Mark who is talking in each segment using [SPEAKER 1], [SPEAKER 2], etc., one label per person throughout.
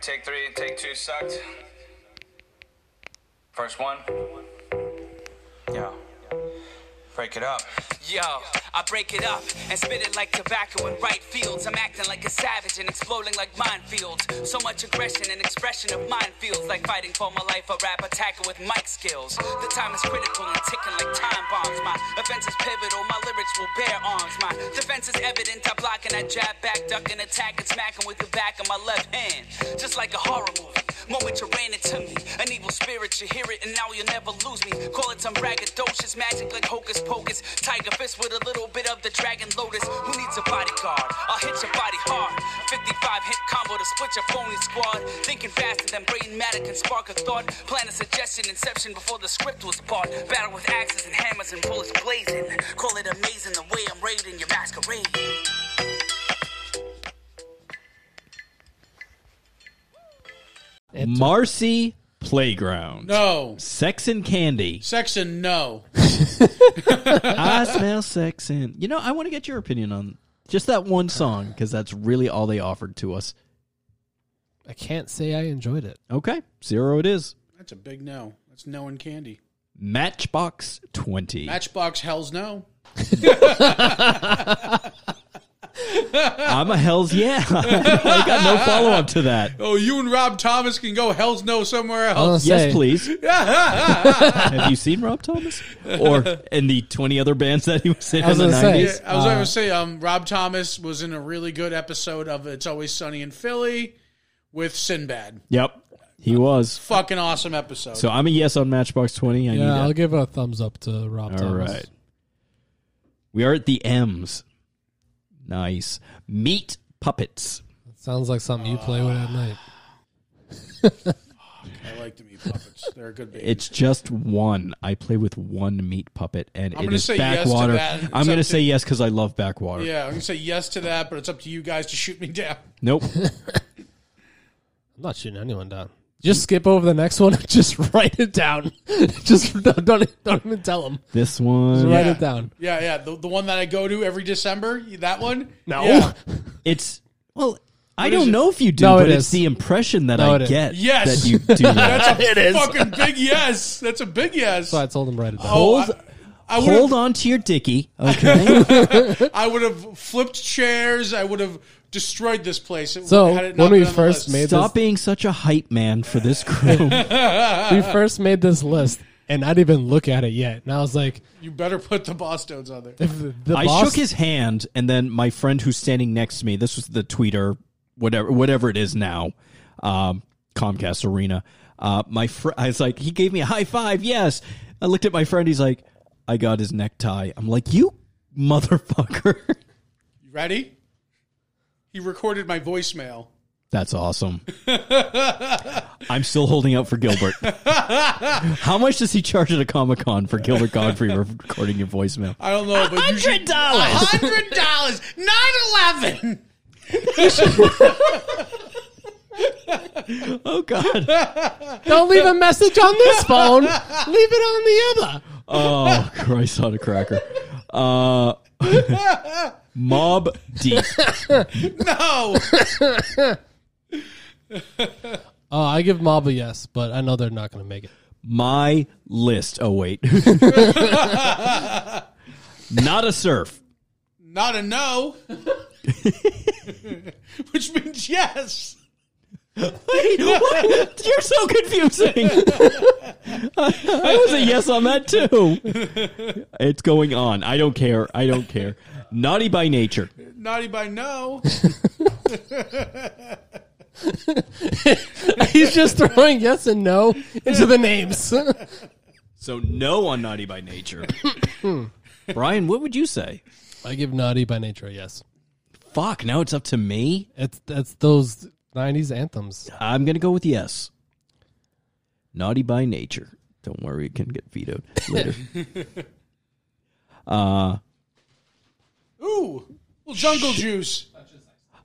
[SPEAKER 1] take three, take two sucked. First one. Yeah. Break it up.
[SPEAKER 2] Yo, I break it up and spit it like tobacco in right fields. I'm acting like a savage and exploding like minefields. So much aggression and expression of mine feels like fighting for my life. A rap attacker with mic skills. The time is critical and ticking like time bombs. My offense is pivotal. My lyrics will bear arms. My defense is evident. I block and I jab back, duck and attack and smacking with the back of my left hand, just like a horror movie. Moment you ran into me, an evil spirit. You hear it and now you'll never lose me. Call it some braggadocious magic like hocus pocus. Tiger fist with a little bit of the dragon lotus. Who needs a bodyguard? I'll hit your body hard. 55 hit combo to split your phony squad. Thinking faster than brain matter can spark a thought. Plan a suggestion, inception before the script was bought. Battle with axes and hammers and bullets blazing. Call it amazing the way I'm raiding your masquerade.
[SPEAKER 3] Marcy Playground.
[SPEAKER 4] No.
[SPEAKER 3] Sex and candy.
[SPEAKER 4] Section no.
[SPEAKER 3] I smell sex and. You know, I want to get your opinion on just that one song because that's really all they offered to us.
[SPEAKER 5] I can't say I enjoyed it.
[SPEAKER 3] Okay, zero it is.
[SPEAKER 4] That's a big no. That's no and candy.
[SPEAKER 3] Matchbox 20.
[SPEAKER 4] Matchbox Hell's no.
[SPEAKER 3] I'm a hell's yeah. I got no follow up to that.
[SPEAKER 4] Oh, you and Rob Thomas can go Hell's no somewhere
[SPEAKER 5] I
[SPEAKER 4] else.
[SPEAKER 5] was gonna
[SPEAKER 3] Yes,
[SPEAKER 5] say,
[SPEAKER 3] please. Have you seen Rob Thomas? Or in the 20 other bands that he was in
[SPEAKER 5] I was
[SPEAKER 3] in the
[SPEAKER 5] gonna say.
[SPEAKER 3] 90s?
[SPEAKER 4] Yeah, I was
[SPEAKER 5] Uh-huh.
[SPEAKER 4] going to say, um, Rob Thomas was in a really good episode of It's Always Sunny in Philly with Sinbad.
[SPEAKER 3] Yep, he was.
[SPEAKER 4] Fucking awesome episode.
[SPEAKER 3] So I'm a yes on Matchbox 20. I need
[SPEAKER 5] Yeah, I'll
[SPEAKER 3] that.
[SPEAKER 5] give a thumbs up to Rob
[SPEAKER 3] All
[SPEAKER 5] Thomas.
[SPEAKER 3] right. We are at the M's. Nice. Meat Puppets.
[SPEAKER 5] Sounds like something you play with at night.
[SPEAKER 4] I like to meet puppets. They're a good baby.
[SPEAKER 3] It's just one. I play with one meat puppet, and it
[SPEAKER 4] gonna
[SPEAKER 3] is
[SPEAKER 4] say yes to
[SPEAKER 3] backwater.
[SPEAKER 4] that. It's
[SPEAKER 3] I'm going to
[SPEAKER 4] up
[SPEAKER 3] say
[SPEAKER 4] to-
[SPEAKER 3] yes because I love backwater.
[SPEAKER 4] yeah, I'm going to say yes to that, but it's up to you guys to shoot me down.
[SPEAKER 3] Nope.
[SPEAKER 5] I'm not shooting anyone down. Just skip over the next one. and Just write it down. just don't, don't don't even tell them.
[SPEAKER 3] this one.
[SPEAKER 5] Write
[SPEAKER 4] Yeah.
[SPEAKER 5] it down.
[SPEAKER 4] Yeah, yeah. The, the one that I go to every December, that one?
[SPEAKER 5] No.
[SPEAKER 4] Yeah.
[SPEAKER 3] It's well. I
[SPEAKER 4] is
[SPEAKER 3] don't
[SPEAKER 4] it?
[SPEAKER 3] know if you do,
[SPEAKER 5] No, it
[SPEAKER 3] but it's
[SPEAKER 5] is.
[SPEAKER 3] the impression that
[SPEAKER 5] No,
[SPEAKER 3] I
[SPEAKER 5] it is.
[SPEAKER 3] get
[SPEAKER 4] Yes.
[SPEAKER 3] that you do that.
[SPEAKER 4] That's a
[SPEAKER 5] It is.
[SPEAKER 4] fucking big yes. That's a big yes.
[SPEAKER 5] So I told him write it down.
[SPEAKER 4] Oh,
[SPEAKER 3] Hold-
[SPEAKER 4] I, I would've-
[SPEAKER 3] Hold on to your dicky, okay?
[SPEAKER 4] I would have flipped chairs. I would have destroyed this place. It-
[SPEAKER 5] So,
[SPEAKER 4] had it not
[SPEAKER 5] when we
[SPEAKER 4] been on the
[SPEAKER 5] first
[SPEAKER 4] list.
[SPEAKER 5] made-
[SPEAKER 3] Stop being such a hype man for this crew.
[SPEAKER 5] we first made this list, and I didn't even look at it yet. And I was like,
[SPEAKER 4] you better put the Boston's on there.
[SPEAKER 5] if the
[SPEAKER 3] I
[SPEAKER 5] boss,
[SPEAKER 3] shook his hand, and then my friend who's standing next to me, this was the tweeter, whatever, whatever it is now, um, Comcast Arena. Uh, my fr- I was like, he gave me a high five. Yes, I looked at my friend. He's like, I got his necktie. I'm like, you motherfucker.
[SPEAKER 4] You ready? He recorded my voicemail.
[SPEAKER 3] That's awesome. I'm still holding out for Gilbert. How much does he charge at a Comic Con for Gilbert Godfrey recording your voicemail?
[SPEAKER 4] I don't know, but you should-
[SPEAKER 3] dollars.
[SPEAKER 4] Hundred dollars, nine eleven.
[SPEAKER 3] Oh God.
[SPEAKER 5] don't leave a message on this phone. Leave it on the other.
[SPEAKER 3] Oh, Christ on a cracker. Uh, Mob Deep.
[SPEAKER 4] No,
[SPEAKER 5] Oh, I give Mob a yes, but I know they're not going to make it.
[SPEAKER 3] My list. Oh, wait. Not a surf.
[SPEAKER 4] not a no. Which means yes.
[SPEAKER 3] What? You're so confusing. I was a yes on that, too. It's going on. I don't care. I don't care. Naughty by nature.
[SPEAKER 4] Naughty by no.
[SPEAKER 5] He's just throwing yes and no into the names.
[SPEAKER 3] So, no on Naughty by nature. Brian, what would you say?
[SPEAKER 5] I give Naughty by Nature a yes.
[SPEAKER 3] Fuck, now it's up to me.
[SPEAKER 5] It's that's those '90s anthems.
[SPEAKER 3] I'm gonna go with yes. Naughty by nature. Don't worry, it can get vetoed later. Uh,
[SPEAKER 4] Ooh, well, jungle juice.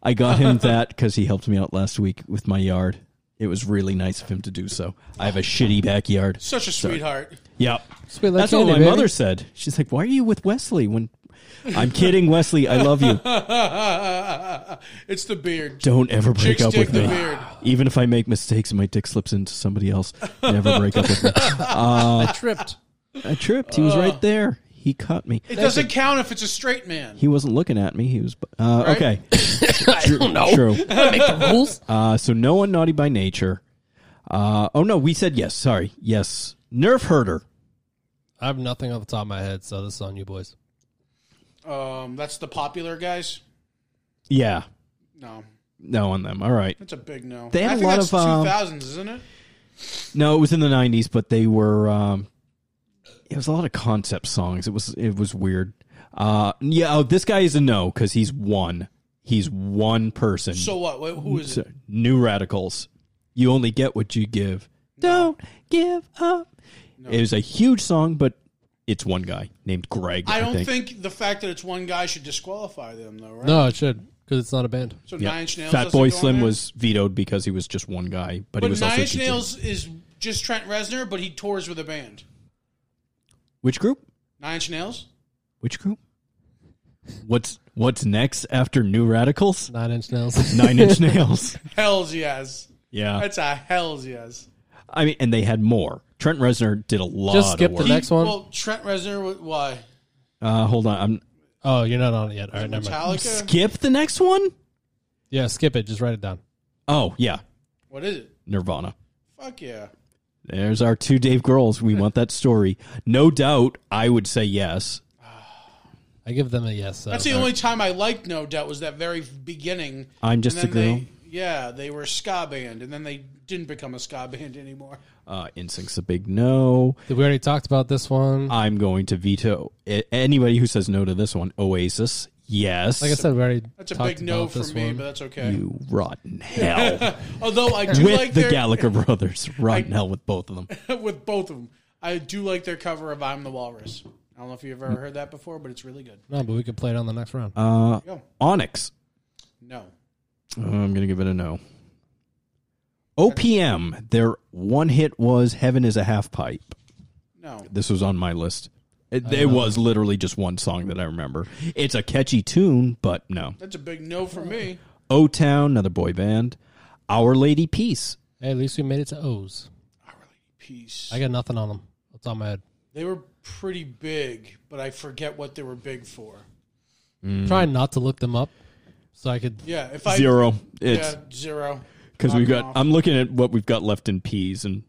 [SPEAKER 3] I got him that because he helped me out last week with my yard. It was really nice of him to do so. I have a shitty backyard.
[SPEAKER 4] Such a sweetheart.
[SPEAKER 3] Yep.
[SPEAKER 5] Sweet like
[SPEAKER 3] That's what
[SPEAKER 5] candy,
[SPEAKER 3] my
[SPEAKER 5] baby.
[SPEAKER 3] mother said. She's like, "Why are you with Wesley when I'm kidding, Wesley. I love you.
[SPEAKER 4] it's the beard.
[SPEAKER 3] Don't ever break
[SPEAKER 4] Chicks
[SPEAKER 3] up
[SPEAKER 4] dig
[SPEAKER 3] with
[SPEAKER 4] the
[SPEAKER 3] me.
[SPEAKER 4] beard.
[SPEAKER 3] Even if I make mistakes and my dick slips into somebody else, never break up with me.
[SPEAKER 5] I tripped.
[SPEAKER 3] I tripped. He was right there. He caught me.
[SPEAKER 4] It doesn't count if it's a straight man.
[SPEAKER 3] He wasn't looking at me. He was uh,
[SPEAKER 4] Right?
[SPEAKER 3] okay.
[SPEAKER 5] I don't know.
[SPEAKER 3] True.
[SPEAKER 5] I make the rules.
[SPEAKER 3] Uh, so no one naughty by nature. Uh, oh no, we said yes. Sorry, yes. Nerf herder.
[SPEAKER 5] I have nothing off the top of my head, so this is on you boys.
[SPEAKER 4] Um, that's the popular guys.
[SPEAKER 3] Yeah,
[SPEAKER 4] No,
[SPEAKER 3] no on them. All right.
[SPEAKER 4] that's a big no.
[SPEAKER 3] They had
[SPEAKER 4] I
[SPEAKER 3] a
[SPEAKER 4] think
[SPEAKER 3] lot
[SPEAKER 4] that's
[SPEAKER 3] of, um,
[SPEAKER 4] 2000s, isn't it?
[SPEAKER 3] No, it was in the '90s, but they were. Um, it was a lot of concept songs. It was it was weird. Uh, yeah, oh, this guy is a no because he's one. He's one person.
[SPEAKER 4] So what? Wait, who is it?
[SPEAKER 3] So, new radicals. You only get what you give. Don't give up. It was a huge song, but it's one guy named Greg. I,
[SPEAKER 4] I don't
[SPEAKER 3] think.
[SPEAKER 4] think the fact that it's one guy should disqualify them, though, right?
[SPEAKER 5] No, it should because it's not a band.
[SPEAKER 4] So
[SPEAKER 3] Yeah.
[SPEAKER 4] Nine Inch Nails.
[SPEAKER 3] Fat
[SPEAKER 4] doesn't
[SPEAKER 3] Boy
[SPEAKER 4] go on
[SPEAKER 3] Slim
[SPEAKER 4] there?
[SPEAKER 3] was vetoed because he was just one guy, but, he
[SPEAKER 4] But
[SPEAKER 3] was
[SPEAKER 4] Nine
[SPEAKER 3] also
[SPEAKER 4] Inch
[SPEAKER 3] DJing.
[SPEAKER 4] Nails is just Trent Reznor, but he tours with a band.
[SPEAKER 3] Which group?
[SPEAKER 4] Nine Inch Nails.
[SPEAKER 3] Which group? What's what's next after New Radicals?
[SPEAKER 5] Nine Inch Nails.
[SPEAKER 3] Nine Inch Nails.
[SPEAKER 4] Hell's yes.
[SPEAKER 3] Yeah,
[SPEAKER 4] That's a hell's yes.
[SPEAKER 3] I mean, and they had more. Trent Reznor did a lot.
[SPEAKER 5] Just skip
[SPEAKER 3] of
[SPEAKER 5] the
[SPEAKER 3] work.
[SPEAKER 5] next one.
[SPEAKER 4] Well, Trent Reznor. wa- Why?
[SPEAKER 3] Uh, hold on, I'm,
[SPEAKER 5] oh, you're not on it yet. All right, never mind.
[SPEAKER 4] Metallica.
[SPEAKER 3] skip the next one.
[SPEAKER 5] Yeah, skip it. Just write it down.
[SPEAKER 3] Oh yeah,
[SPEAKER 4] What is it?
[SPEAKER 3] Nirvana.
[SPEAKER 4] Fuck yeah.
[SPEAKER 3] There's our two Dave Grohls. We want that story. No doubt, I would say yes.
[SPEAKER 5] I give them a yes. uh, So.
[SPEAKER 4] That's the only time I liked No Doubt was that very beginning.
[SPEAKER 3] I'm just
[SPEAKER 4] And
[SPEAKER 3] a
[SPEAKER 4] then
[SPEAKER 3] girl.
[SPEAKER 4] They, yeah, they were a ska band, and then they didn't become a ska band anymore.
[SPEAKER 3] Uh, Instinct's a big no.
[SPEAKER 5] We already talked about this one.
[SPEAKER 3] I'm going to veto a- anybody who says no to this one. Oasis, yes.
[SPEAKER 5] like I said, we already
[SPEAKER 4] That's a
[SPEAKER 5] talked
[SPEAKER 4] big no
[SPEAKER 5] about
[SPEAKER 4] for
[SPEAKER 5] this
[SPEAKER 4] me,
[SPEAKER 5] one.
[SPEAKER 4] but that's okay.
[SPEAKER 3] you rotten hell
[SPEAKER 4] Although I do
[SPEAKER 3] with
[SPEAKER 4] like
[SPEAKER 3] the
[SPEAKER 4] their
[SPEAKER 3] Gallagher brothers. Rotten hell with both of them.
[SPEAKER 4] with both of them. I do like their cover of "I'm the Walrus." I don't know if you've ever heard that before, but it's really good.
[SPEAKER 5] no, but we could play it on the next round.
[SPEAKER 3] Uh,
[SPEAKER 4] Go.
[SPEAKER 3] Onyx,
[SPEAKER 4] No,
[SPEAKER 3] Uh, I'm going to give it a no. OPM, their one hit was "Heaven Is a Half Pipe."
[SPEAKER 4] no.
[SPEAKER 3] This was on my list. It, it was literally just one song that I remember. It's a catchy tune, but no.
[SPEAKER 4] That's a big no for me.
[SPEAKER 3] O Town, another boy band. Our Lady Peace.
[SPEAKER 5] hey, at least we made it to O's.
[SPEAKER 4] Peace.
[SPEAKER 5] I got nothing on them. It's on my head.
[SPEAKER 4] They were pretty big, but I forget what they were big for.
[SPEAKER 5] Trying Try
[SPEAKER 3] Mm.
[SPEAKER 5] not to look them up, so I could.
[SPEAKER 4] Yeah, if I
[SPEAKER 3] Zero. It's
[SPEAKER 4] yeah, zero.
[SPEAKER 3] because we've
[SPEAKER 4] Knock 'em
[SPEAKER 3] got.
[SPEAKER 4] off.
[SPEAKER 3] I'm looking at what we've got left in peas, and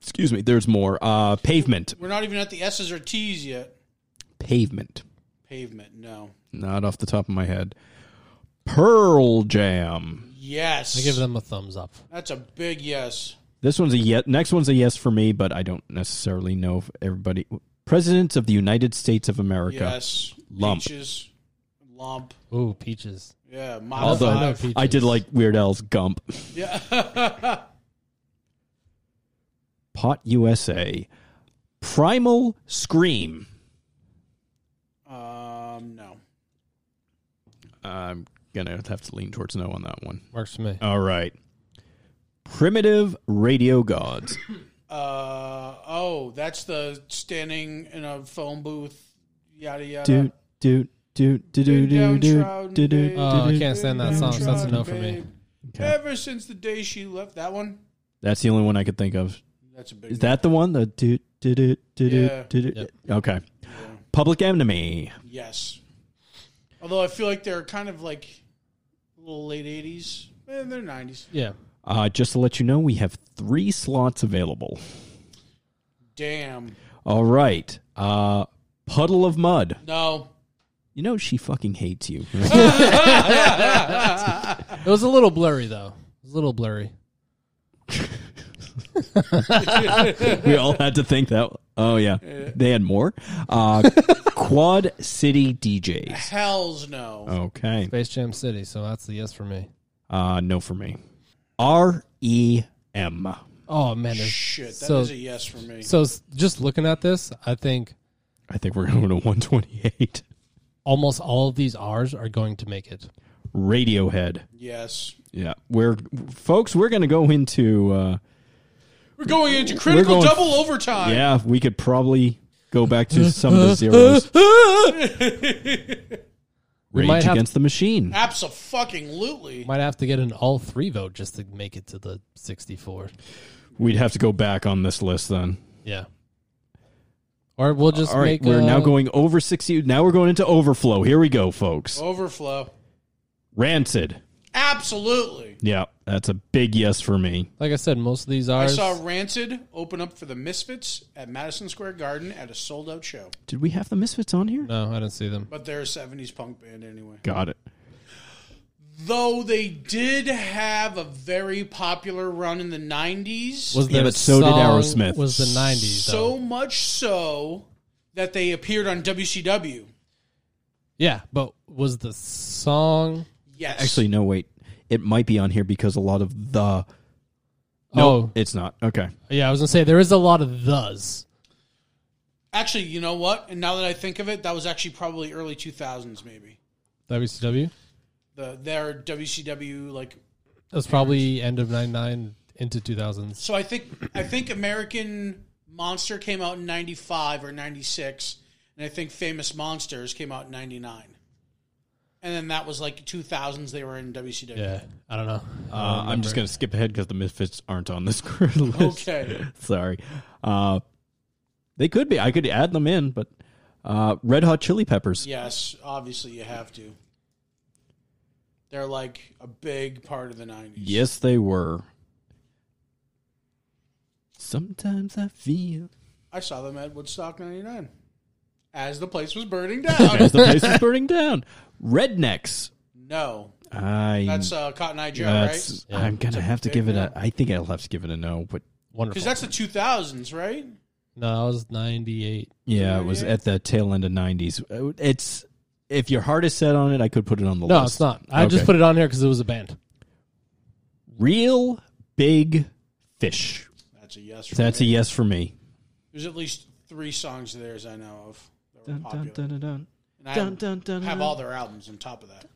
[SPEAKER 3] excuse me, there's more. Uh, pavement,
[SPEAKER 4] We're not even at the S's or T's yet.
[SPEAKER 3] pavement.
[SPEAKER 4] Pavement, no.
[SPEAKER 3] Not off the top of my head. Pearl Jam.
[SPEAKER 4] Yes,
[SPEAKER 5] I give them a thumbs up.
[SPEAKER 4] That's a big yes.
[SPEAKER 3] This one's a yes. Next one's a yes for me, but I don't necessarily know if everybody. Presidents of the United States of America.
[SPEAKER 4] Yes,
[SPEAKER 3] Lump.
[SPEAKER 4] Peaches, lump.
[SPEAKER 5] Ooh, peaches.
[SPEAKER 4] Yeah, model
[SPEAKER 3] Although
[SPEAKER 5] I know
[SPEAKER 4] five.
[SPEAKER 5] peaches.
[SPEAKER 3] I did like Weird Al's Gump.
[SPEAKER 4] Yeah.
[SPEAKER 3] Pot USA. Primal Scream.
[SPEAKER 4] um, no.
[SPEAKER 3] I'm going to have to lean towards no on that one.
[SPEAKER 5] Works for me.
[SPEAKER 3] All right. Primitive Radio Gods.
[SPEAKER 4] Uh oh, that's the standing in a phone booth, yada yada.
[SPEAKER 3] Doot, doot, doot, doot, doot, doot, doot, doot, doot.
[SPEAKER 5] Oh, I can't stand that song. So that's a no for me.
[SPEAKER 4] Babe,
[SPEAKER 3] Okay.
[SPEAKER 4] Ever since the day she left, that one.
[SPEAKER 3] That's the only one I could think of.
[SPEAKER 4] That's a big.
[SPEAKER 3] Is that the one? The doot, doot, doot, doot,
[SPEAKER 4] Yeah.
[SPEAKER 3] doot, doot, doot. Okay. Public Enemy.
[SPEAKER 4] yes? Although I feel like they're kind of like a little late eighties, and they're nineties.
[SPEAKER 5] Yeah.
[SPEAKER 3] Uh, just to let you know, we have three slots available.
[SPEAKER 4] Damn.
[SPEAKER 3] All right. Uh, Puddle of Mud.
[SPEAKER 4] No.
[SPEAKER 3] You know she fucking hates you.
[SPEAKER 5] It was a little blurry though. It was a little blurry.
[SPEAKER 3] we all had to think that. Oh yeah, they had more. Uh, Quad City DJs.
[SPEAKER 4] Hell's no.
[SPEAKER 3] Okay,
[SPEAKER 5] Space Jam City. So that's the yes for me.
[SPEAKER 3] uh, no for me. R E M.
[SPEAKER 5] Oh man. there's-
[SPEAKER 4] Shit, that is
[SPEAKER 5] so
[SPEAKER 4] a yes for me.
[SPEAKER 5] so s- just looking at this, I think
[SPEAKER 3] I think we're going to one twenty eight.
[SPEAKER 5] almost all of these R's are going to make it.
[SPEAKER 3] Radiohead.
[SPEAKER 4] yes.
[SPEAKER 3] Yeah, we're folks. We're going to go into. Uh,
[SPEAKER 4] We're going into critical
[SPEAKER 3] going-
[SPEAKER 4] double overtime.
[SPEAKER 3] yeah, we could probably go back to some of the zeros.
[SPEAKER 5] We
[SPEAKER 3] Rage
[SPEAKER 5] might have-
[SPEAKER 3] against the machine.
[SPEAKER 4] Absolutely.
[SPEAKER 5] Might have to get an all three vote just to make it to the 64.
[SPEAKER 3] We'd have to go back on this list then.
[SPEAKER 5] Yeah. Or we'll just
[SPEAKER 3] Uh, All right,
[SPEAKER 5] make uh,
[SPEAKER 3] we're
[SPEAKER 5] a-
[SPEAKER 3] now going over 60. Now we're going into overflow. Here we go, folks.
[SPEAKER 4] Overflow.
[SPEAKER 3] Rancid.
[SPEAKER 4] Absolutely.
[SPEAKER 3] Yeah, that's a big yes for me.
[SPEAKER 5] Like I said, most of these are.
[SPEAKER 4] I saw Rancid open up for the Misfits at Madison Square Garden at a sold out show.
[SPEAKER 3] Did we have the Misfits on here?
[SPEAKER 5] No, I didn't see them.
[SPEAKER 4] But they're a 70s punk band anyway.
[SPEAKER 3] Got it.
[SPEAKER 4] Though they did have a very popular run in the 90s.
[SPEAKER 5] Was
[SPEAKER 3] Yeah,
[SPEAKER 5] the
[SPEAKER 3] but so did
[SPEAKER 5] song-
[SPEAKER 3] Aerosmith.
[SPEAKER 5] Was the 90s,
[SPEAKER 4] so
[SPEAKER 5] though.
[SPEAKER 4] much so that they appeared on WCW.
[SPEAKER 5] Yeah, but was the song.
[SPEAKER 4] Yes.
[SPEAKER 3] Actually, no, wait. It might be on here because a lot of the.
[SPEAKER 5] No.
[SPEAKER 3] It's not. Okay.
[SPEAKER 5] Oh, yeah, I was going to say, there is a lot of thes.
[SPEAKER 4] Actually, you know what? And now that I think of it, that was actually probably early 2000s, maybe.
[SPEAKER 5] WCW?
[SPEAKER 4] The their WCW like.
[SPEAKER 5] That's probably end of 99 into 2000s.
[SPEAKER 4] So I think I think American Monster came out in '95 or '96, and I think Famous Monsters came out in '99. And then that was like 2000s. They were in WCW.
[SPEAKER 5] Yeah, I don't know.
[SPEAKER 3] Uh, I'm just going to skip ahead because the Misfits aren't on this current list.
[SPEAKER 4] Okay.
[SPEAKER 3] Sorry. Uh, they could be. I could add them in, but uh, Red Hot Chili Peppers.
[SPEAKER 4] Yes, obviously you have to. They're like a big part of the '90s.
[SPEAKER 3] Yes, they were. Sometimes I feel
[SPEAKER 4] I saw them at Woodstock '99, as the place was burning down.
[SPEAKER 3] as the place is burning down. Rednecks.
[SPEAKER 4] no,
[SPEAKER 3] I.
[SPEAKER 4] that's uh, Cotton Eye Joe, right?
[SPEAKER 3] that's-
[SPEAKER 5] right?
[SPEAKER 3] I'm gonna have to
[SPEAKER 4] big
[SPEAKER 3] give it
[SPEAKER 4] no.
[SPEAKER 3] a. I think I'll have to give it a no. But
[SPEAKER 5] Wonderful.
[SPEAKER 4] Because that's the 2000s, right?
[SPEAKER 5] no, that was 98.
[SPEAKER 3] yeah, it was at the tail end of '90s. Uh, It's if your heart is set on it, I could put it on the list.
[SPEAKER 5] No, it's not. I just
[SPEAKER 3] Okay.
[SPEAKER 5] put it on here because it was a band.
[SPEAKER 3] Real big fish.
[SPEAKER 4] That's a yes. For
[SPEAKER 3] That's a
[SPEAKER 4] me.
[SPEAKER 3] yes for me.
[SPEAKER 4] There's at least three songs of theirs I know of that were
[SPEAKER 3] Dun,
[SPEAKER 4] popular,
[SPEAKER 3] dun, dun, dun, dun.
[SPEAKER 4] and I
[SPEAKER 3] dun, dun, dun,
[SPEAKER 4] have
[SPEAKER 3] dun.
[SPEAKER 4] all their albums on top of that.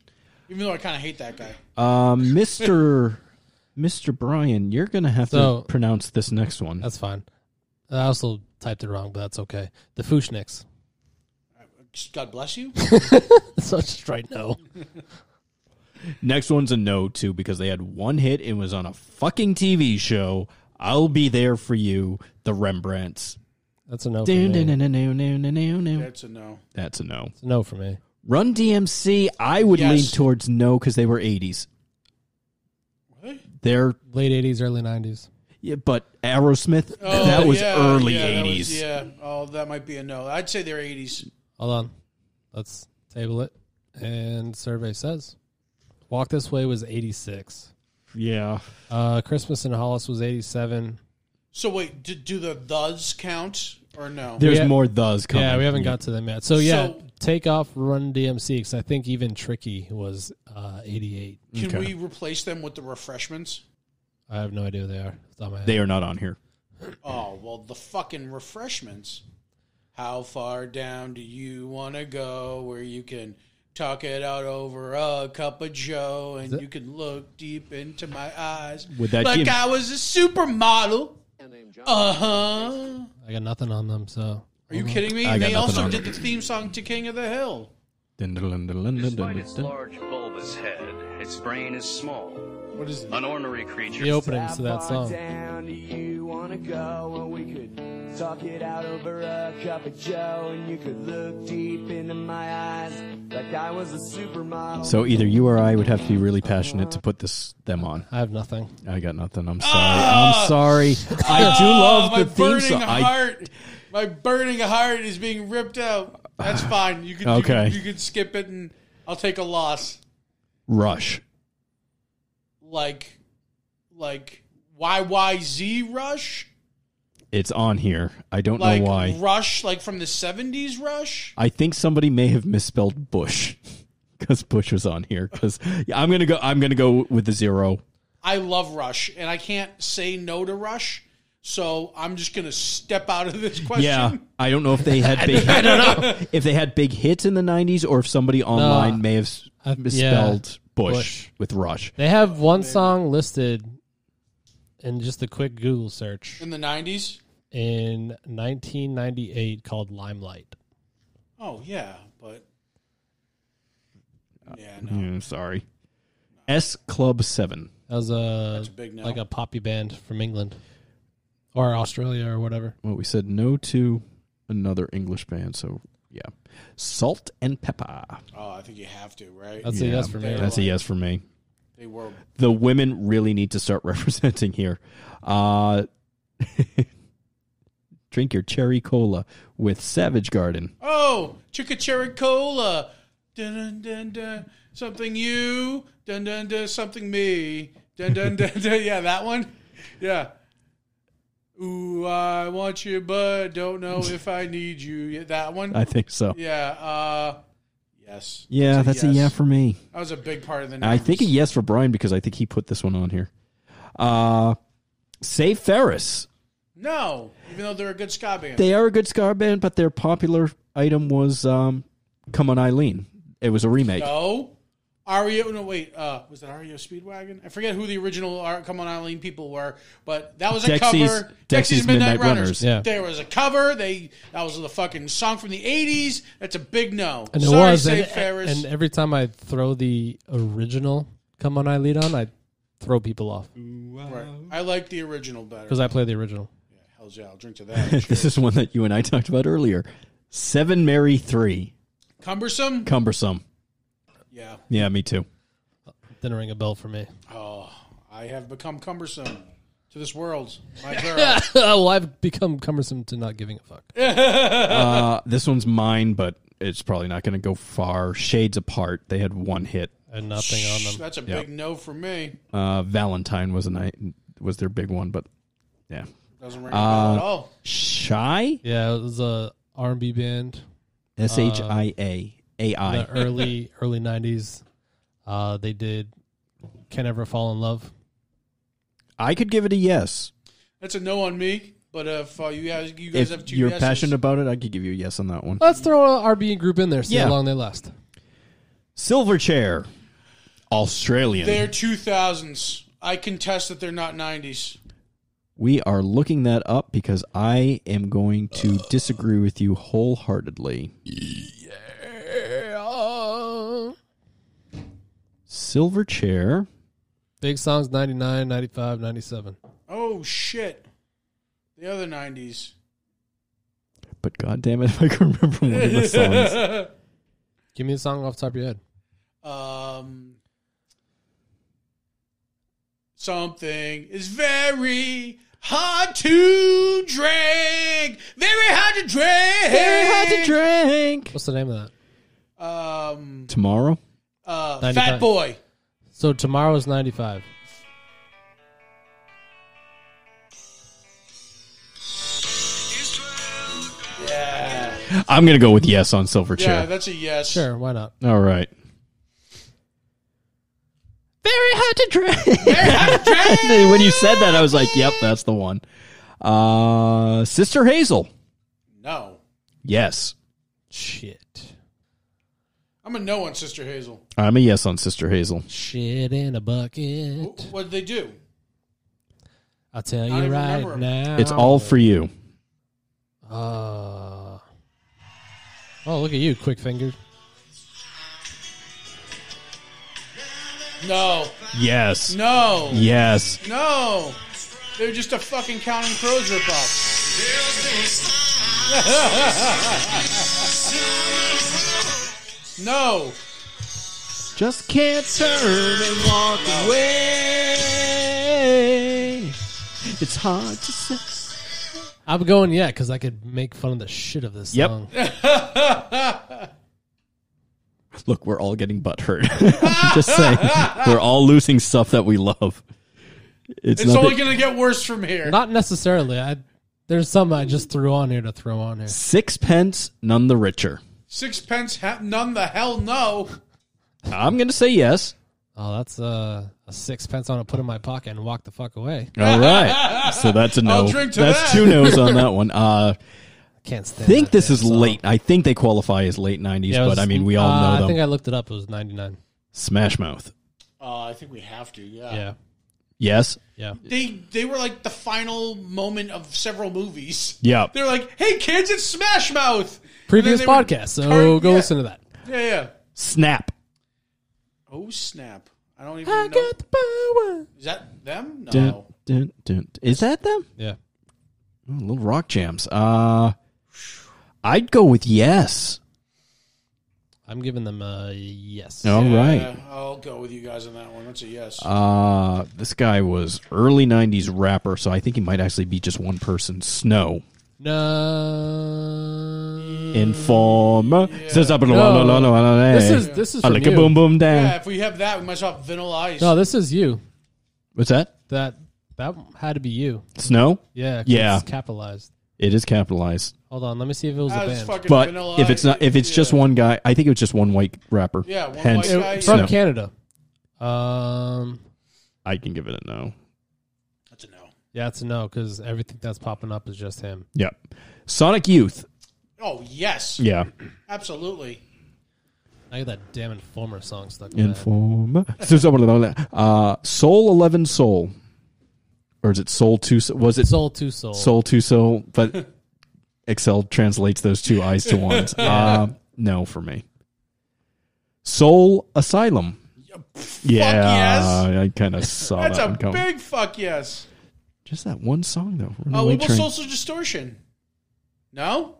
[SPEAKER 4] Even though I kind of hate that guy.
[SPEAKER 3] Um, Mr. Mr. Brian, you're gonna have
[SPEAKER 5] So-
[SPEAKER 3] to pronounce this next one.
[SPEAKER 5] That's fine. I also typed it wrong, but that's okay. The Fushniks.
[SPEAKER 4] God bless you.
[SPEAKER 5] So I just right no.
[SPEAKER 3] Next one's a no too because they had one hit and was on a fucking TV show. I'll be there for you, the Rembrandts.
[SPEAKER 5] That's a no. For
[SPEAKER 3] Dun,
[SPEAKER 5] me.
[SPEAKER 3] dun, dun, dun, dun, dun, dun, dun.
[SPEAKER 4] That's a no.
[SPEAKER 3] That's a no.
[SPEAKER 5] It's a no for me.
[SPEAKER 3] Run DMC, I would
[SPEAKER 4] Yes.
[SPEAKER 3] lean towards no because they were 80s.
[SPEAKER 4] Really?
[SPEAKER 3] They're
[SPEAKER 5] Late eighties, early nineties.
[SPEAKER 3] yeah, but Aerosmith,
[SPEAKER 4] Oh,
[SPEAKER 3] that was
[SPEAKER 4] yeah,
[SPEAKER 3] early
[SPEAKER 4] yeah, that
[SPEAKER 3] 80s.
[SPEAKER 4] was- yeah. Oh, that might be a no. I'd say they're 80s.
[SPEAKER 5] Hold on. Let's table it. And survey says. Walk This Way was eighty six.
[SPEAKER 3] yeah.
[SPEAKER 5] Uh Christmas in Hollis was eighty seven.
[SPEAKER 4] So wait, do, do the thes count or no?
[SPEAKER 3] There's
[SPEAKER 5] ha-
[SPEAKER 3] more thes coming.
[SPEAKER 5] Yeah, we haven't got to them yet. So yeah,
[SPEAKER 4] So-
[SPEAKER 5] take off Run DMC because I think even Tricky was uh, eighty eight.
[SPEAKER 4] Can
[SPEAKER 3] okay.
[SPEAKER 4] we replace them with the refreshments?
[SPEAKER 5] I have no idea who they are. It's on my head.
[SPEAKER 3] They are not on here.
[SPEAKER 4] Oh well, the fucking refreshments. How far down do you want to go where you can talk it out over a cup of Joe and you can look deep into my eyes?
[SPEAKER 3] Would that
[SPEAKER 4] like
[SPEAKER 3] give-
[SPEAKER 4] I was a supermodel. Uh huh.
[SPEAKER 5] I got nothing on them, so
[SPEAKER 4] Are you kidding me?
[SPEAKER 3] Uh-huh. I got
[SPEAKER 4] They
[SPEAKER 3] nothing
[SPEAKER 4] also
[SPEAKER 3] on
[SPEAKER 4] did
[SPEAKER 3] it.
[SPEAKER 4] the theme song to King of the Hill.
[SPEAKER 3] Dun, dun, dun, dun, dun, dun,
[SPEAKER 6] Despite
[SPEAKER 3] dun,
[SPEAKER 6] its
[SPEAKER 3] dun.
[SPEAKER 6] large bulbous head, its brain is small.
[SPEAKER 4] What is it?
[SPEAKER 6] An ornery creature.
[SPEAKER 5] the openings to that song.
[SPEAKER 7] down do you want to go? Well, we could talk it out over a cup of Joe, and you could look deep into my eyes like I was a supermodel.
[SPEAKER 3] So either you or I would have to be really passionate to put this them on.
[SPEAKER 5] I have nothing.
[SPEAKER 3] I got nothing. I'm sorry. I'm sorry. I do
[SPEAKER 4] Oh,
[SPEAKER 3] love
[SPEAKER 4] Ah! my
[SPEAKER 3] the theme
[SPEAKER 4] burning
[SPEAKER 3] song. I,
[SPEAKER 4] heart. My burning heart is being ripped out. That's fine. You can you
[SPEAKER 3] Okay.
[SPEAKER 4] can- You can skip it, and I'll take a loss.
[SPEAKER 3] Rush.
[SPEAKER 4] like like YYZ Rush,
[SPEAKER 3] It's on here. I don't
[SPEAKER 4] like
[SPEAKER 3] know why.
[SPEAKER 4] Rush, like from the seventies Rush.
[SPEAKER 3] I think somebody may have misspelled Bush because Bush was on here. Because I'm gonna go. I'm gonna go with the zero.
[SPEAKER 4] I love Rush, and I can't say no to Rush, so I'm just gonna step out of this question.
[SPEAKER 3] Yeah, I don't know if they had big. I don't know if they had big hits in the '90s or if somebody online may have s-
[SPEAKER 5] I-
[SPEAKER 3] misspelled
[SPEAKER 5] Uh, yeah,
[SPEAKER 3] Bush,
[SPEAKER 5] Bush.
[SPEAKER 3] with Rush.
[SPEAKER 5] They have one song listed in just a quick Google search.
[SPEAKER 4] in the nineties.
[SPEAKER 5] in 1998 called Limelight.
[SPEAKER 4] Oh yeah, but yeah, no.
[SPEAKER 3] Mm, sorry. S Club 7.
[SPEAKER 5] That was a,
[SPEAKER 4] a big no.
[SPEAKER 5] like a poppy band from England or Australia or whatever.
[SPEAKER 3] Well, we said no to another English band, so yeah. Salt and Pepper.
[SPEAKER 4] Oh, I think you have to, right?
[SPEAKER 5] That's a
[SPEAKER 3] Yeah.
[SPEAKER 5] yes for me.
[SPEAKER 3] That's a yes for me.
[SPEAKER 4] they were
[SPEAKER 3] The women really need to start representing here. Uh, drink your cherry cola with Savage Garden.
[SPEAKER 4] Oh, Chickacherry Cola. Dun dun dun dun. Something you. Dun dun dun. Something me. Dun dun dun dun. Yeah, that one. Yeah. Ooh, I want you, but don't know if I need you. Yeah, that one.
[SPEAKER 3] I think so.
[SPEAKER 4] yeah. Uh, yes.
[SPEAKER 3] Yeah, that's a, yeah
[SPEAKER 4] yes.
[SPEAKER 3] for me.
[SPEAKER 4] That was a big part of the.
[SPEAKER 3] I think a
[SPEAKER 4] 90s.
[SPEAKER 3] yes for Brian because I think he put this one on here. Uh, Save Ferris.
[SPEAKER 4] No, even though they're a good ska band.
[SPEAKER 3] They are a good ska band, but their popular item was um, Come on Eileen. It was a remake.
[SPEAKER 4] no. Ario, no wait, uh, was it Ario Speedwagon? I forget who the original Ar- Come On Eileen people were, but that was a
[SPEAKER 3] Dexy's-
[SPEAKER 4] cover.
[SPEAKER 3] Dexy's Midnight Runners,
[SPEAKER 5] yeah.
[SPEAKER 4] there was a cover. They that was the fucking song from the '80s. That's a big no.
[SPEAKER 5] And it
[SPEAKER 4] Sorry,
[SPEAKER 5] was.
[SPEAKER 4] Save
[SPEAKER 5] And,
[SPEAKER 4] Ferris.
[SPEAKER 5] and every time I throw the original Come On I Lead On, I throw people off
[SPEAKER 4] Right. I like the original better.
[SPEAKER 5] because I play the original.
[SPEAKER 4] Hell's yeah, I'll drink to that.
[SPEAKER 3] This is one that you and I talked about earlier. Seven Mary Three.
[SPEAKER 4] Cumbersome.
[SPEAKER 3] Cumbersome.
[SPEAKER 4] Yeah.
[SPEAKER 3] Yeah, me too.
[SPEAKER 5] Didn't ring a bell for me.
[SPEAKER 4] Oh, I have become cumbersome to this world. My girl.
[SPEAKER 5] well, I've become cumbersome to not giving a fuck.
[SPEAKER 3] Uh, this one's mine, but it's probably not going to go far. Shades Apart. They had one hit.
[SPEAKER 5] And nothing on them.
[SPEAKER 4] That's a
[SPEAKER 3] Yeah.
[SPEAKER 4] big no for me.
[SPEAKER 3] Uh, Valentine was a night was their big one, but yeah.
[SPEAKER 4] Doesn't ring a
[SPEAKER 5] Uh,
[SPEAKER 4] bell at all.
[SPEAKER 3] Shy.
[SPEAKER 5] Yeah, it was a R&B band.
[SPEAKER 3] S H I A A I.
[SPEAKER 5] the early early nineties. Uh, they did "Can't Ever Fall in Love."
[SPEAKER 3] I could give it a yes.
[SPEAKER 4] That's a no on me. But if uh, you guys, you guys
[SPEAKER 3] If
[SPEAKER 4] have 2
[SPEAKER 3] you're
[SPEAKER 4] yeses.
[SPEAKER 3] passionate about it, I could give you a yes on that one.
[SPEAKER 5] Let's throw an RB group in there. See
[SPEAKER 3] Yeah.
[SPEAKER 5] how long they last.
[SPEAKER 3] Silverchair. Australian.
[SPEAKER 4] they're two thousands. I contest that they're not nineties.
[SPEAKER 3] We are looking that up because I am going to disagree with you wholeheartedly. Silverchair.
[SPEAKER 5] Big songs 99, 95, 97.
[SPEAKER 4] Oh shit! The other nineties.
[SPEAKER 3] But goddamn it, if I can remember one of the songs.
[SPEAKER 5] Give me a song off the top of your head.
[SPEAKER 4] Um, something is very hard to drink. Very hard to drink.
[SPEAKER 3] Very hard to drink.
[SPEAKER 5] What's the name of that?
[SPEAKER 4] Um,
[SPEAKER 3] Tomorrow.
[SPEAKER 4] uh,
[SPEAKER 5] 95.
[SPEAKER 4] Fat Boy.
[SPEAKER 5] So tomorrow's 95.
[SPEAKER 4] Yeah.
[SPEAKER 3] I'm gonna go with yes on Silverchair.
[SPEAKER 4] Yeah, that's a yes.
[SPEAKER 5] Sure, why not?
[SPEAKER 3] All right. Very hard to drink. when you said that, I was like, "Yep, that's the one." Uh, Sister Hazel.
[SPEAKER 4] No.
[SPEAKER 3] Yes,
[SPEAKER 5] Shit.
[SPEAKER 4] I'm a no on Sister Hazel.
[SPEAKER 3] I'm a yes on Sister Hazel.
[SPEAKER 5] Shit in a bucket.
[SPEAKER 4] What did they do?
[SPEAKER 5] I'll tell
[SPEAKER 4] I don't
[SPEAKER 5] you
[SPEAKER 4] even
[SPEAKER 5] right
[SPEAKER 4] remember 'em.
[SPEAKER 5] now.
[SPEAKER 3] It's all for you.
[SPEAKER 5] Uh, oh, look at you, quick fingered.
[SPEAKER 4] No.
[SPEAKER 3] Yes,
[SPEAKER 4] No.
[SPEAKER 3] yes.
[SPEAKER 4] No. They're just a fucking Counting Crows ripoff. no.
[SPEAKER 3] Just can't turn and walk away. It's hard to say.
[SPEAKER 5] I'm going yeah because I could make fun of the shit of this
[SPEAKER 3] Yep.
[SPEAKER 5] song.
[SPEAKER 3] Look, we're all getting butthurt. I'm just saying, we're all losing stuff that we love. It's,
[SPEAKER 4] It's
[SPEAKER 3] not
[SPEAKER 4] only
[SPEAKER 3] that-
[SPEAKER 4] going to get worse from here.
[SPEAKER 5] Not necessarily. I there's some I just threw on here to throw on here.
[SPEAKER 3] sixpence, none the richer.
[SPEAKER 4] Sixpence, ha- none the hell no.
[SPEAKER 3] I'm going to say yes.
[SPEAKER 5] Oh, that's uh, a sixpence I want to put in my pocket and walk the fuck away.
[SPEAKER 3] All right. So that's a no.
[SPEAKER 4] I'll drink to
[SPEAKER 3] that's
[SPEAKER 4] that.
[SPEAKER 3] two no's on that one. Uh,
[SPEAKER 5] Can't stand.
[SPEAKER 3] I think
[SPEAKER 5] that
[SPEAKER 3] this
[SPEAKER 5] damn
[SPEAKER 3] is
[SPEAKER 5] song.
[SPEAKER 3] late. I think they qualify as late 90s,
[SPEAKER 5] uh, Yeah, it
[SPEAKER 3] but
[SPEAKER 5] was-
[SPEAKER 3] I mean, we all
[SPEAKER 5] uh, I
[SPEAKER 3] know them.
[SPEAKER 5] think I looked it up. It was ninety nine.
[SPEAKER 3] Smash Mouth.
[SPEAKER 4] Uh, I think we have to, yeah.
[SPEAKER 5] Yeah.
[SPEAKER 3] Yes.
[SPEAKER 5] Yeah.
[SPEAKER 4] They they were like the final moment of several movies.
[SPEAKER 3] Yeah.
[SPEAKER 4] They're like, hey kids, it's Smash Mouth. And
[SPEAKER 5] Previous
[SPEAKER 4] then they were
[SPEAKER 5] podcast, so
[SPEAKER 4] turn-
[SPEAKER 5] go
[SPEAKER 4] yeah.
[SPEAKER 5] listen to that.
[SPEAKER 4] Yeah, yeah.
[SPEAKER 3] Snap.
[SPEAKER 4] Oh snap! I don't even know. Is that them? No.
[SPEAKER 3] Dun, dun, dun. Is that them?
[SPEAKER 5] Yeah.
[SPEAKER 3] Oh, little rock jams. Uh, I'd go with yes.
[SPEAKER 5] I'm giving them a yes.
[SPEAKER 3] All
[SPEAKER 4] Yeah,
[SPEAKER 3] right.
[SPEAKER 4] uh, I'll go with you guys on that one. That's a yes.
[SPEAKER 3] Uh, this guy was early '90s rapper, so I think he might actually be just one person. Snow
[SPEAKER 5] No.
[SPEAKER 3] informer says up and
[SPEAKER 5] No.
[SPEAKER 3] la- la- la- la- la-
[SPEAKER 5] Mm, This is- this is
[SPEAKER 3] I
[SPEAKER 5] from
[SPEAKER 3] like a
[SPEAKER 5] you.
[SPEAKER 3] boom boom down.
[SPEAKER 4] yeah, if we have that, we might as well have Vanilla Ice.
[SPEAKER 5] No, this is you.
[SPEAKER 3] What's that?
[SPEAKER 5] That that had to be you.
[SPEAKER 3] Snow.
[SPEAKER 5] Yeah. 'cause
[SPEAKER 3] Yeah.
[SPEAKER 5] It's capitalized.
[SPEAKER 3] It is capitalized,
[SPEAKER 5] Hold on. Let me see if it was
[SPEAKER 4] That
[SPEAKER 5] a
[SPEAKER 4] was
[SPEAKER 5] band.
[SPEAKER 4] fucking
[SPEAKER 3] but
[SPEAKER 4] Vanilla
[SPEAKER 3] if it's
[SPEAKER 4] Ice.
[SPEAKER 3] not, if it's just
[SPEAKER 4] Yeah.
[SPEAKER 3] one guy, I think it was just one white rapper.
[SPEAKER 4] Yeah, one
[SPEAKER 3] Hence,
[SPEAKER 4] white guy,
[SPEAKER 5] It-
[SPEAKER 4] yeah.
[SPEAKER 5] from
[SPEAKER 3] Snow.
[SPEAKER 5] Canada. Um.
[SPEAKER 3] I can give it a no.
[SPEAKER 4] that's a no.
[SPEAKER 5] Yeah, it's a no because everything that's popping up is just him.
[SPEAKER 3] Yeah. Sonic Youth.
[SPEAKER 4] Oh yes,
[SPEAKER 3] Yeah.
[SPEAKER 4] absolutely.
[SPEAKER 5] I got that damn Informer song stuck. In my head.
[SPEAKER 3] Inform. Uh, Soul 11 Soul. Or is it Soul 2? Soul? Was it Soul,
[SPEAKER 5] Soul to soul.
[SPEAKER 3] 2 Soul? But Excel translates those two eyes to ones. Um no for me. Soul Asylum. Yeah.
[SPEAKER 4] yes.
[SPEAKER 3] I kind of saw
[SPEAKER 4] That's
[SPEAKER 3] that
[SPEAKER 4] a
[SPEAKER 3] one coming.
[SPEAKER 4] big fuck yes.
[SPEAKER 3] Just that one song, though.
[SPEAKER 4] Oh,
[SPEAKER 3] Runaway
[SPEAKER 4] what was
[SPEAKER 3] Train.
[SPEAKER 4] Social Distortion? No,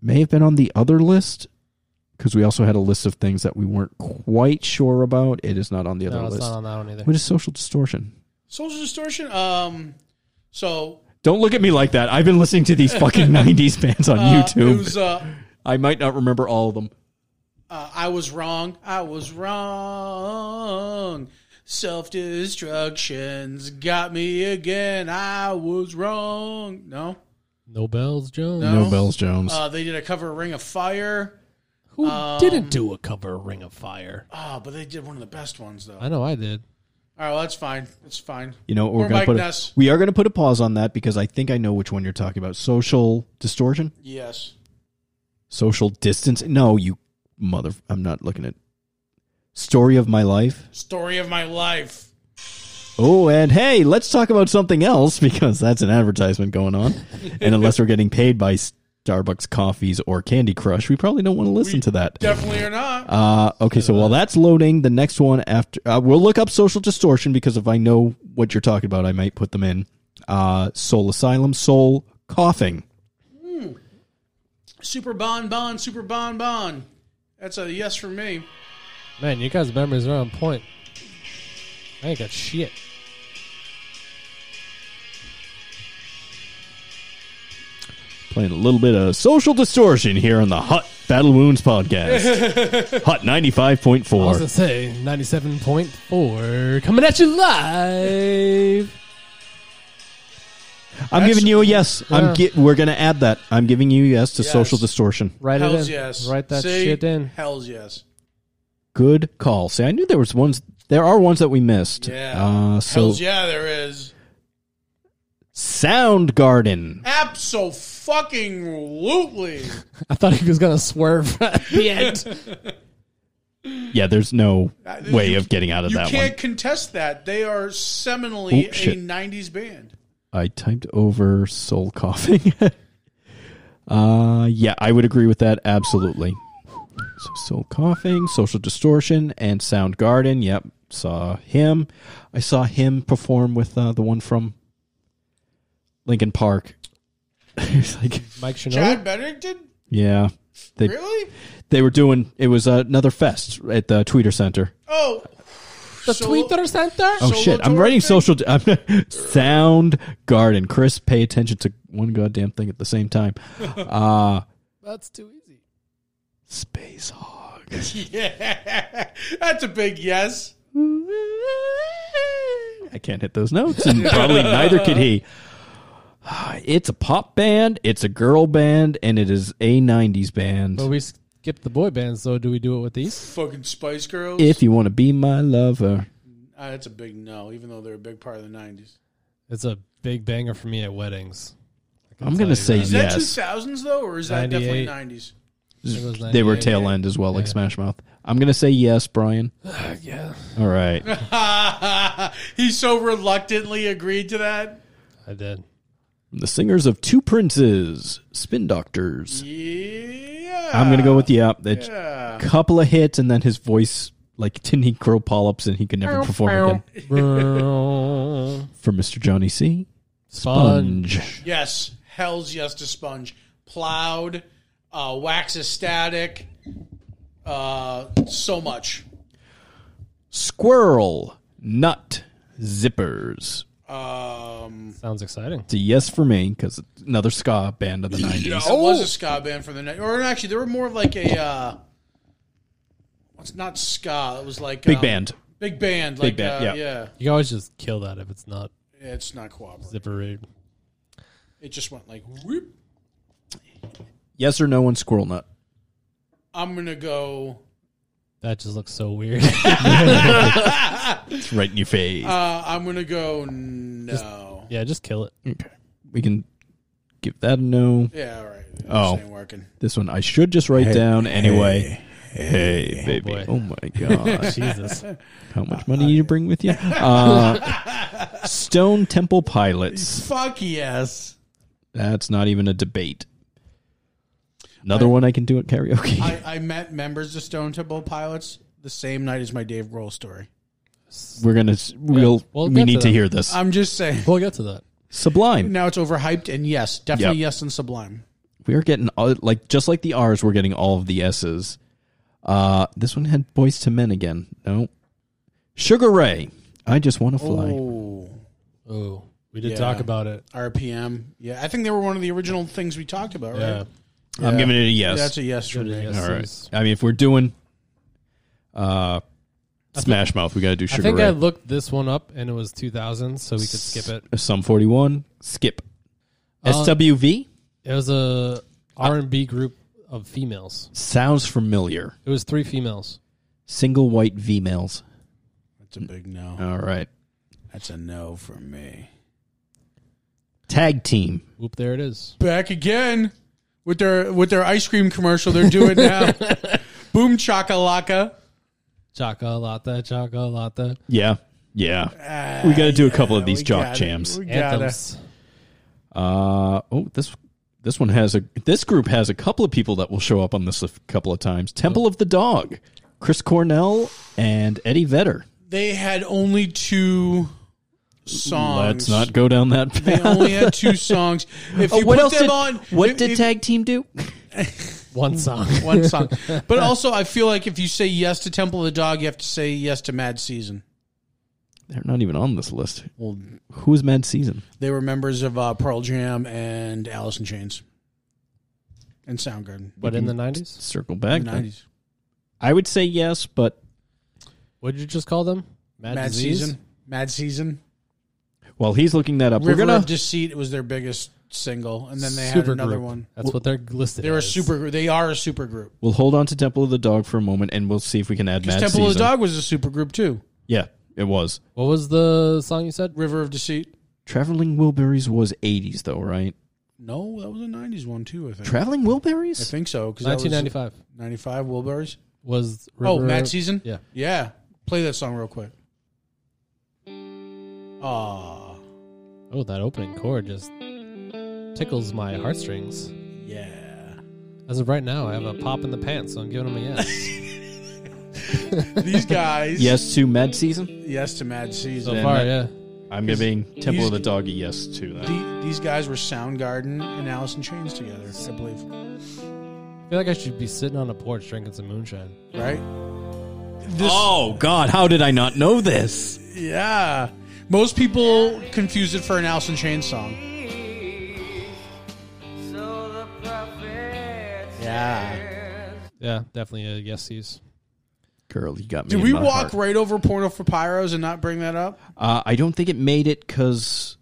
[SPEAKER 3] May have been on the other list. Because we also had a list of things that we weren't quite sure about. It is not on the other
[SPEAKER 5] No, it's
[SPEAKER 3] list.
[SPEAKER 5] not on that one either.
[SPEAKER 3] What is social distortion?
[SPEAKER 4] Social Distortion. Um, so
[SPEAKER 3] Don't look at me like that. I've been listening to these fucking 90s bands on
[SPEAKER 4] uh,
[SPEAKER 3] YouTube.
[SPEAKER 4] It was, uh,
[SPEAKER 3] I might not remember all of them.
[SPEAKER 4] uh, I was wrong. I was wrong. Self destruction's got me again. I was wrong. No,
[SPEAKER 5] No bells, Jones.
[SPEAKER 4] No.
[SPEAKER 3] Bells Jones.
[SPEAKER 4] uh, they did a cover of Ring of Fire.
[SPEAKER 5] Who
[SPEAKER 4] Um,
[SPEAKER 5] didn't do a cover of Ring of Fire?
[SPEAKER 4] Oh, but they did one of the best ones though.
[SPEAKER 5] I know I did.
[SPEAKER 4] All right, well, that's fine. That's fine.
[SPEAKER 3] you know,
[SPEAKER 4] or
[SPEAKER 3] we're going
[SPEAKER 4] Mike
[SPEAKER 3] to put a,
[SPEAKER 4] Ness.
[SPEAKER 3] we are going to put a pause on that because I think I know which one you're talking about. Social distortion?
[SPEAKER 4] Yes.
[SPEAKER 3] Social distance? No, you mother I'm not looking at Story of My Life.
[SPEAKER 4] Story of my life.
[SPEAKER 3] Oh, and hey, let's talk about something else because that's an advertisement going on. and unless we're getting paid by Starbucks coffees or Candy Crush, we probably don't want to listen to that.
[SPEAKER 4] Definitely or not.
[SPEAKER 3] Uh, okay, so while that's loading, the next one after uh, we'll look up social distortion because if I know what you're talking about, I might put them in. Uh, soul asylum, soul coughing.
[SPEAKER 4] Super Bon Bon, Super Bon Bon. That's a yes for me.
[SPEAKER 5] Man, you guys' memories are on point. I ain't got shit.
[SPEAKER 3] Playing a little bit of social distortion here on the Hot Battle Wounds podcast. Hot ninety five point
[SPEAKER 5] I was gonna
[SPEAKER 3] four.
[SPEAKER 5] say ninety-seven point four coming at you live.
[SPEAKER 3] I'm giving you a yes. I'm
[SPEAKER 5] Yeah.
[SPEAKER 3] gi- we're gonna add that. I'm giving you a yes to social distortion.
[SPEAKER 5] Write
[SPEAKER 4] Hell's
[SPEAKER 5] it in.
[SPEAKER 4] yes.
[SPEAKER 5] Write that
[SPEAKER 4] See?
[SPEAKER 5] shit in.
[SPEAKER 4] Hell's yes.
[SPEAKER 3] Good call. See, I knew there was ones. There are ones that we missed.
[SPEAKER 4] Yeah.
[SPEAKER 3] Uh, so
[SPEAKER 4] Hell's yeah, there is.
[SPEAKER 3] Soundgarden.
[SPEAKER 4] Absolutely.
[SPEAKER 5] I thought he was gonna swerve at the end.
[SPEAKER 3] Yeah, there's no
[SPEAKER 4] Uh,
[SPEAKER 3] way
[SPEAKER 4] you-
[SPEAKER 3] of getting out of
[SPEAKER 4] You
[SPEAKER 3] that
[SPEAKER 4] can't
[SPEAKER 3] one.
[SPEAKER 4] contest that. They are seminally
[SPEAKER 3] Oh,
[SPEAKER 4] a
[SPEAKER 3] shit.
[SPEAKER 4] 90s band.
[SPEAKER 3] I typed over soul coughing. uh yeah, I would agree with that absolutely. So soul coughing, social distortion, and Soundgarden. Yep, saw him. I saw him perform with uh, the one from Lincoln Park. it's like,
[SPEAKER 5] Mike Shinoda.
[SPEAKER 4] Chad Bennington?
[SPEAKER 3] yeah, they
[SPEAKER 4] Really?
[SPEAKER 3] they were doing. It was another fest at the Tweeter Center.
[SPEAKER 4] Oh.
[SPEAKER 5] The
[SPEAKER 4] So-
[SPEAKER 5] Twitter Center.
[SPEAKER 3] Oh
[SPEAKER 4] Solo
[SPEAKER 3] shit! I'm
[SPEAKER 4] tour
[SPEAKER 3] writing
[SPEAKER 4] thing?
[SPEAKER 3] social. I'm, sound garden. Chris, pay attention to one goddamn thing at the same time. Uh
[SPEAKER 5] That's too easy.
[SPEAKER 3] space hog.
[SPEAKER 4] Yeah. That's a big yes.
[SPEAKER 3] I can't hit those notes, and probably neither could he. It's a pop band. It's a girl band, and it is a '90s band.
[SPEAKER 5] But we skipped the boy bands, so do we do it with these?
[SPEAKER 4] Fucking Spice Girls.
[SPEAKER 3] If you want to be my lover,
[SPEAKER 4] Uh, that's a big no, even though they're a big part of the 90s.
[SPEAKER 5] It's a big banger for me at weddings. I can
[SPEAKER 3] I'm
[SPEAKER 5] tell
[SPEAKER 3] gonna
[SPEAKER 5] you
[SPEAKER 3] say
[SPEAKER 5] that.
[SPEAKER 4] Is that
[SPEAKER 3] Yes.
[SPEAKER 4] 2000s, though, or is that definitely
[SPEAKER 5] 98.
[SPEAKER 4] 90s?
[SPEAKER 5] It was
[SPEAKER 3] they were
[SPEAKER 5] 98.
[SPEAKER 3] tail end as well, like Smash Mouth. I'm gonna say yes, Brian.
[SPEAKER 5] Yeah.
[SPEAKER 3] All right.
[SPEAKER 4] Ha, ha, ha. he so reluctantly agreed to that.
[SPEAKER 5] I did.
[SPEAKER 3] The singers of Two Princes, Spin Doctors.
[SPEAKER 4] Yeah.
[SPEAKER 3] I'm gonna go with the up. That couple of hits, and then his voice like didn't grow polyps, and he could never perform again for Mr. Johnny C.
[SPEAKER 5] Sponge.
[SPEAKER 3] Sponge.
[SPEAKER 4] Yes, hell's yes to sponge. Plowed, uh, wax ecstatic, uh, so much.
[SPEAKER 3] Squirrel Nut Zippers.
[SPEAKER 4] Um,
[SPEAKER 5] Sounds exciting.
[SPEAKER 3] It's a yes for me because another ska band of the 90s.
[SPEAKER 4] it was a ska band for the night, or actually, they were more of like a. Uh, it's not ska. It was like
[SPEAKER 3] Big
[SPEAKER 4] um,
[SPEAKER 3] band.
[SPEAKER 4] Big band. Like,
[SPEAKER 3] band,
[SPEAKER 4] uh,
[SPEAKER 3] yeah.
[SPEAKER 4] yeah.
[SPEAKER 5] You can always just kill that if it's not
[SPEAKER 4] It's not cooperative.
[SPEAKER 5] zipper rude.
[SPEAKER 4] It just went like whoop.
[SPEAKER 3] Yes or no on Squirrel Nut.
[SPEAKER 4] I'm gonna go.
[SPEAKER 5] That just looks so weird.
[SPEAKER 3] It's right in your face.
[SPEAKER 4] Uh, I'm gonna go. No.
[SPEAKER 5] yeah, just kill it.
[SPEAKER 3] okay. We can give that a no.
[SPEAKER 4] Yeah. All right. This
[SPEAKER 3] Oh.
[SPEAKER 4] ain't working.
[SPEAKER 3] This one I should just write down anyway. Hey, baby.
[SPEAKER 5] boy.
[SPEAKER 3] Oh, my God.
[SPEAKER 5] Jesus.
[SPEAKER 3] How much money you bring with you? Uh, Stone Temple Pilots.
[SPEAKER 4] Fuck yes.
[SPEAKER 3] That's not even a debate. Another one I can do at karaoke.
[SPEAKER 4] I, I met members of Stone Temple Pilots the same night as my Dave Grohl story.
[SPEAKER 3] We're gonna. s- We'll.
[SPEAKER 5] we'll
[SPEAKER 3] we
[SPEAKER 5] get
[SPEAKER 3] need
[SPEAKER 5] to
[SPEAKER 3] to,
[SPEAKER 5] them.
[SPEAKER 3] hear this.
[SPEAKER 4] I'm just saying.
[SPEAKER 5] We'll get to that.
[SPEAKER 3] Sublime.
[SPEAKER 4] Now it's overhyped, and yes, definitely
[SPEAKER 3] Yep.
[SPEAKER 4] yes and Sublime.
[SPEAKER 3] We are getting all, like just like the R's. We're getting all of the S's. Uh, this one had boys to men again. No. Sugar Ray. I just want to fly.
[SPEAKER 4] Oh,
[SPEAKER 5] Oh, we did
[SPEAKER 4] Yeah.
[SPEAKER 5] talk about it.
[SPEAKER 4] RPM. Yeah, I think they were one of the original things we talked about,
[SPEAKER 5] Yeah.
[SPEAKER 4] right?
[SPEAKER 3] I'm giving it a yes.
[SPEAKER 4] That's a yes for me.
[SPEAKER 5] Yes,
[SPEAKER 3] all right.
[SPEAKER 5] yes.
[SPEAKER 3] I mean, if we're doing, uh, Smash Mouth, we got to do
[SPEAKER 5] I
[SPEAKER 3] Sugar
[SPEAKER 5] think
[SPEAKER 3] Ray.
[SPEAKER 5] I looked this one up and it was 2000, so we could skip it. Uh,
[SPEAKER 3] Sum 41. Skip. SWV
[SPEAKER 5] It was a R&B group of females.
[SPEAKER 3] sounds familiar.
[SPEAKER 5] It was three females.
[SPEAKER 3] Single white V males.
[SPEAKER 4] That's a big no.
[SPEAKER 3] All right.
[SPEAKER 4] That's a no for me.
[SPEAKER 3] Tag team.
[SPEAKER 5] Whoop, there it is.
[SPEAKER 4] Back again with their with their ice cream commercial they're doing now. Boom chakalaka.
[SPEAKER 5] Chocolata, chocolata.
[SPEAKER 3] Yeah. Yeah. we got to do a couple of these
[SPEAKER 4] Ah, we
[SPEAKER 3] jock
[SPEAKER 4] gotta-
[SPEAKER 3] jams.
[SPEAKER 4] we gotta-
[SPEAKER 5] Anthems.
[SPEAKER 3] Uh oh, this this one has a this group has a couple of people that will show up on this a couple of times. Temple of the Dog, Chris Cornell and Eddie Vedder.
[SPEAKER 4] They had only two
[SPEAKER 3] Let's
[SPEAKER 4] songs.
[SPEAKER 3] not go down that
[SPEAKER 4] They
[SPEAKER 3] path. Oh,
[SPEAKER 4] only had two songs. If you
[SPEAKER 3] what
[SPEAKER 4] put
[SPEAKER 3] else
[SPEAKER 4] them
[SPEAKER 3] did
[SPEAKER 4] on,
[SPEAKER 3] what
[SPEAKER 4] if-
[SPEAKER 3] did
[SPEAKER 4] if-
[SPEAKER 3] tag team do?
[SPEAKER 5] One song.
[SPEAKER 4] one song? But also, I feel like if you say yes to Temple of the Dog, you have to say yes to Mad Season.
[SPEAKER 3] They're not even on this list.
[SPEAKER 4] Well,
[SPEAKER 3] Who's Mad Season?
[SPEAKER 4] they were members of uh, Pearl Jam and Alice in Chains and Soundgarden.
[SPEAKER 5] But in the 90s?
[SPEAKER 3] Circle back.
[SPEAKER 4] Nineties
[SPEAKER 3] I would say yes, but
[SPEAKER 5] What did you just call them? Mad,
[SPEAKER 4] Mad
[SPEAKER 5] Disease?
[SPEAKER 4] Season, Mad Season.
[SPEAKER 3] while he's looking that up,
[SPEAKER 4] River
[SPEAKER 3] we're gonna
[SPEAKER 4] of Deceit was their biggest single, and then they had
[SPEAKER 5] Supergroup.
[SPEAKER 4] another one.
[SPEAKER 5] That's what they're listed.
[SPEAKER 4] They're a
[SPEAKER 5] as.
[SPEAKER 4] super group. They are a super group.
[SPEAKER 3] we'll hold on to Temple of the Dog for a moment, and we'll see if we can add Mad
[SPEAKER 4] Temple
[SPEAKER 3] Season.
[SPEAKER 4] of the Dog was a super group too.
[SPEAKER 3] Yeah, it was.
[SPEAKER 5] What was the song you said?
[SPEAKER 4] River of Deceit.
[SPEAKER 3] Traveling Wilburys was '80s though, right?
[SPEAKER 4] No, that was a '90s one too. I think.
[SPEAKER 3] Traveling Wilburys.
[SPEAKER 4] I think so because
[SPEAKER 5] 1995
[SPEAKER 4] 95 Wilburys.
[SPEAKER 5] was.
[SPEAKER 4] Oh,
[SPEAKER 5] River-
[SPEAKER 4] Mad Season.
[SPEAKER 5] Yeah.
[SPEAKER 4] yeah. Play that song real quick. Ah,
[SPEAKER 5] Oh, that opening chord just tickles my heartstrings.
[SPEAKER 4] yeah.
[SPEAKER 5] As of right now, I have a pop in the pants, so I'm giving them a yes.
[SPEAKER 4] These guys.
[SPEAKER 3] Yes to Mad Season.
[SPEAKER 4] Yes to Mad Season.
[SPEAKER 5] so
[SPEAKER 3] Then
[SPEAKER 5] far,
[SPEAKER 3] that-
[SPEAKER 5] yeah.
[SPEAKER 3] I'm giving Temple
[SPEAKER 4] he's-
[SPEAKER 3] of the Dog a yes to that.
[SPEAKER 4] The- these guys were Soundgarden and Alice in Chains together, I believe.
[SPEAKER 5] I feel like I should be sitting on a porch drinking some moonshine.
[SPEAKER 4] Right?
[SPEAKER 3] oh God, how did I not know this?
[SPEAKER 4] Yeah. Most people confuse it for an Alice in Chains song. Yeah.
[SPEAKER 5] Yeah, definitely a yes, yes.
[SPEAKER 3] Girl, you got me.
[SPEAKER 4] Did
[SPEAKER 3] in
[SPEAKER 4] we
[SPEAKER 3] my
[SPEAKER 4] walk
[SPEAKER 3] heart.
[SPEAKER 4] right over Portal for Pyros and not bring that up?
[SPEAKER 3] Uh, I don't think it made it because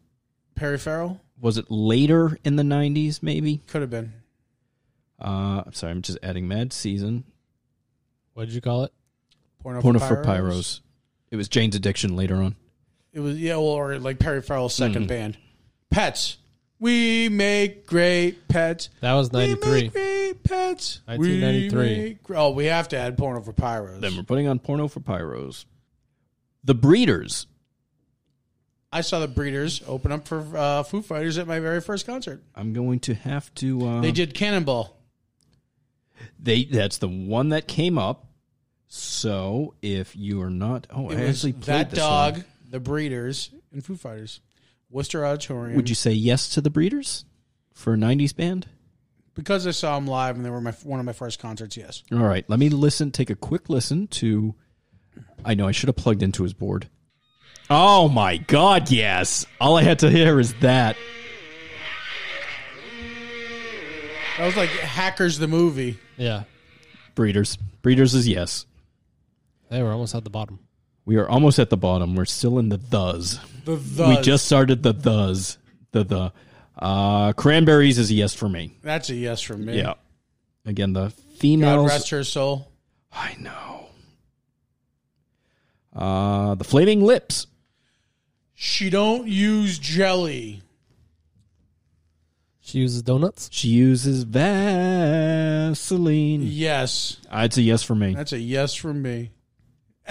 [SPEAKER 4] Perry Farrell?
[SPEAKER 3] was it later in the '90s? Maybe.
[SPEAKER 4] Could have been.
[SPEAKER 3] Uh, I'm sorry, I'm just adding Mad Season.
[SPEAKER 5] What did you call it?
[SPEAKER 4] Porno,
[SPEAKER 3] Porno for Pyros. It was Jane's Addiction later on.
[SPEAKER 4] It was yeah, well, or like Perry Farrell's 2nd
[SPEAKER 3] Hmm.
[SPEAKER 4] band, Pets. We make great pets.
[SPEAKER 5] That was
[SPEAKER 4] We
[SPEAKER 5] 93.
[SPEAKER 4] make great pets. We
[SPEAKER 5] 1993.
[SPEAKER 4] make gr- Oh, we have to add Porno for Pyros.
[SPEAKER 3] Then we're putting on Porno for Pyros. The Breeders.
[SPEAKER 4] I saw the Breeders open up for uh, Foo Fighters at my very first concert.
[SPEAKER 3] I'm going to have to. Uh,
[SPEAKER 4] They did Cannonball.
[SPEAKER 3] They that's the one that came up. So if you are not, oh, I
[SPEAKER 4] It was
[SPEAKER 3] actually played
[SPEAKER 4] that
[SPEAKER 3] this
[SPEAKER 4] dog,
[SPEAKER 3] one.
[SPEAKER 4] the Breeders, and Foo Fighters. Worcester Auditorium.
[SPEAKER 3] Would you say yes to the Breeders for a '90s band?
[SPEAKER 4] because I saw them live and they were my one of my first concerts. Yes,
[SPEAKER 3] All right, let me listen. Take a quick listen to. I know I should have plugged into his board. Oh my God! Yes, all I had to hear is that.
[SPEAKER 4] that was like Hackers the movie.
[SPEAKER 5] Yeah.
[SPEAKER 3] Breeders, Breeders is yes.
[SPEAKER 5] They were almost at the bottom.
[SPEAKER 3] We are almost at the bottom. We're still in the thes.
[SPEAKER 4] The
[SPEAKER 3] We
[SPEAKER 4] Thes.
[SPEAKER 3] just started the thes. The the uh, cranberries is a yes for me.
[SPEAKER 4] that's a yes from me.
[SPEAKER 3] Yeah. Again, the
[SPEAKER 4] God
[SPEAKER 3] females.
[SPEAKER 4] rest her soul.
[SPEAKER 3] I know. Uh, the flaming lips.
[SPEAKER 4] She don't use jelly.
[SPEAKER 5] She uses donuts.
[SPEAKER 3] She uses Vaseline.
[SPEAKER 4] Yes,
[SPEAKER 3] Uh, it's a yes for me.
[SPEAKER 4] that's a yes from me.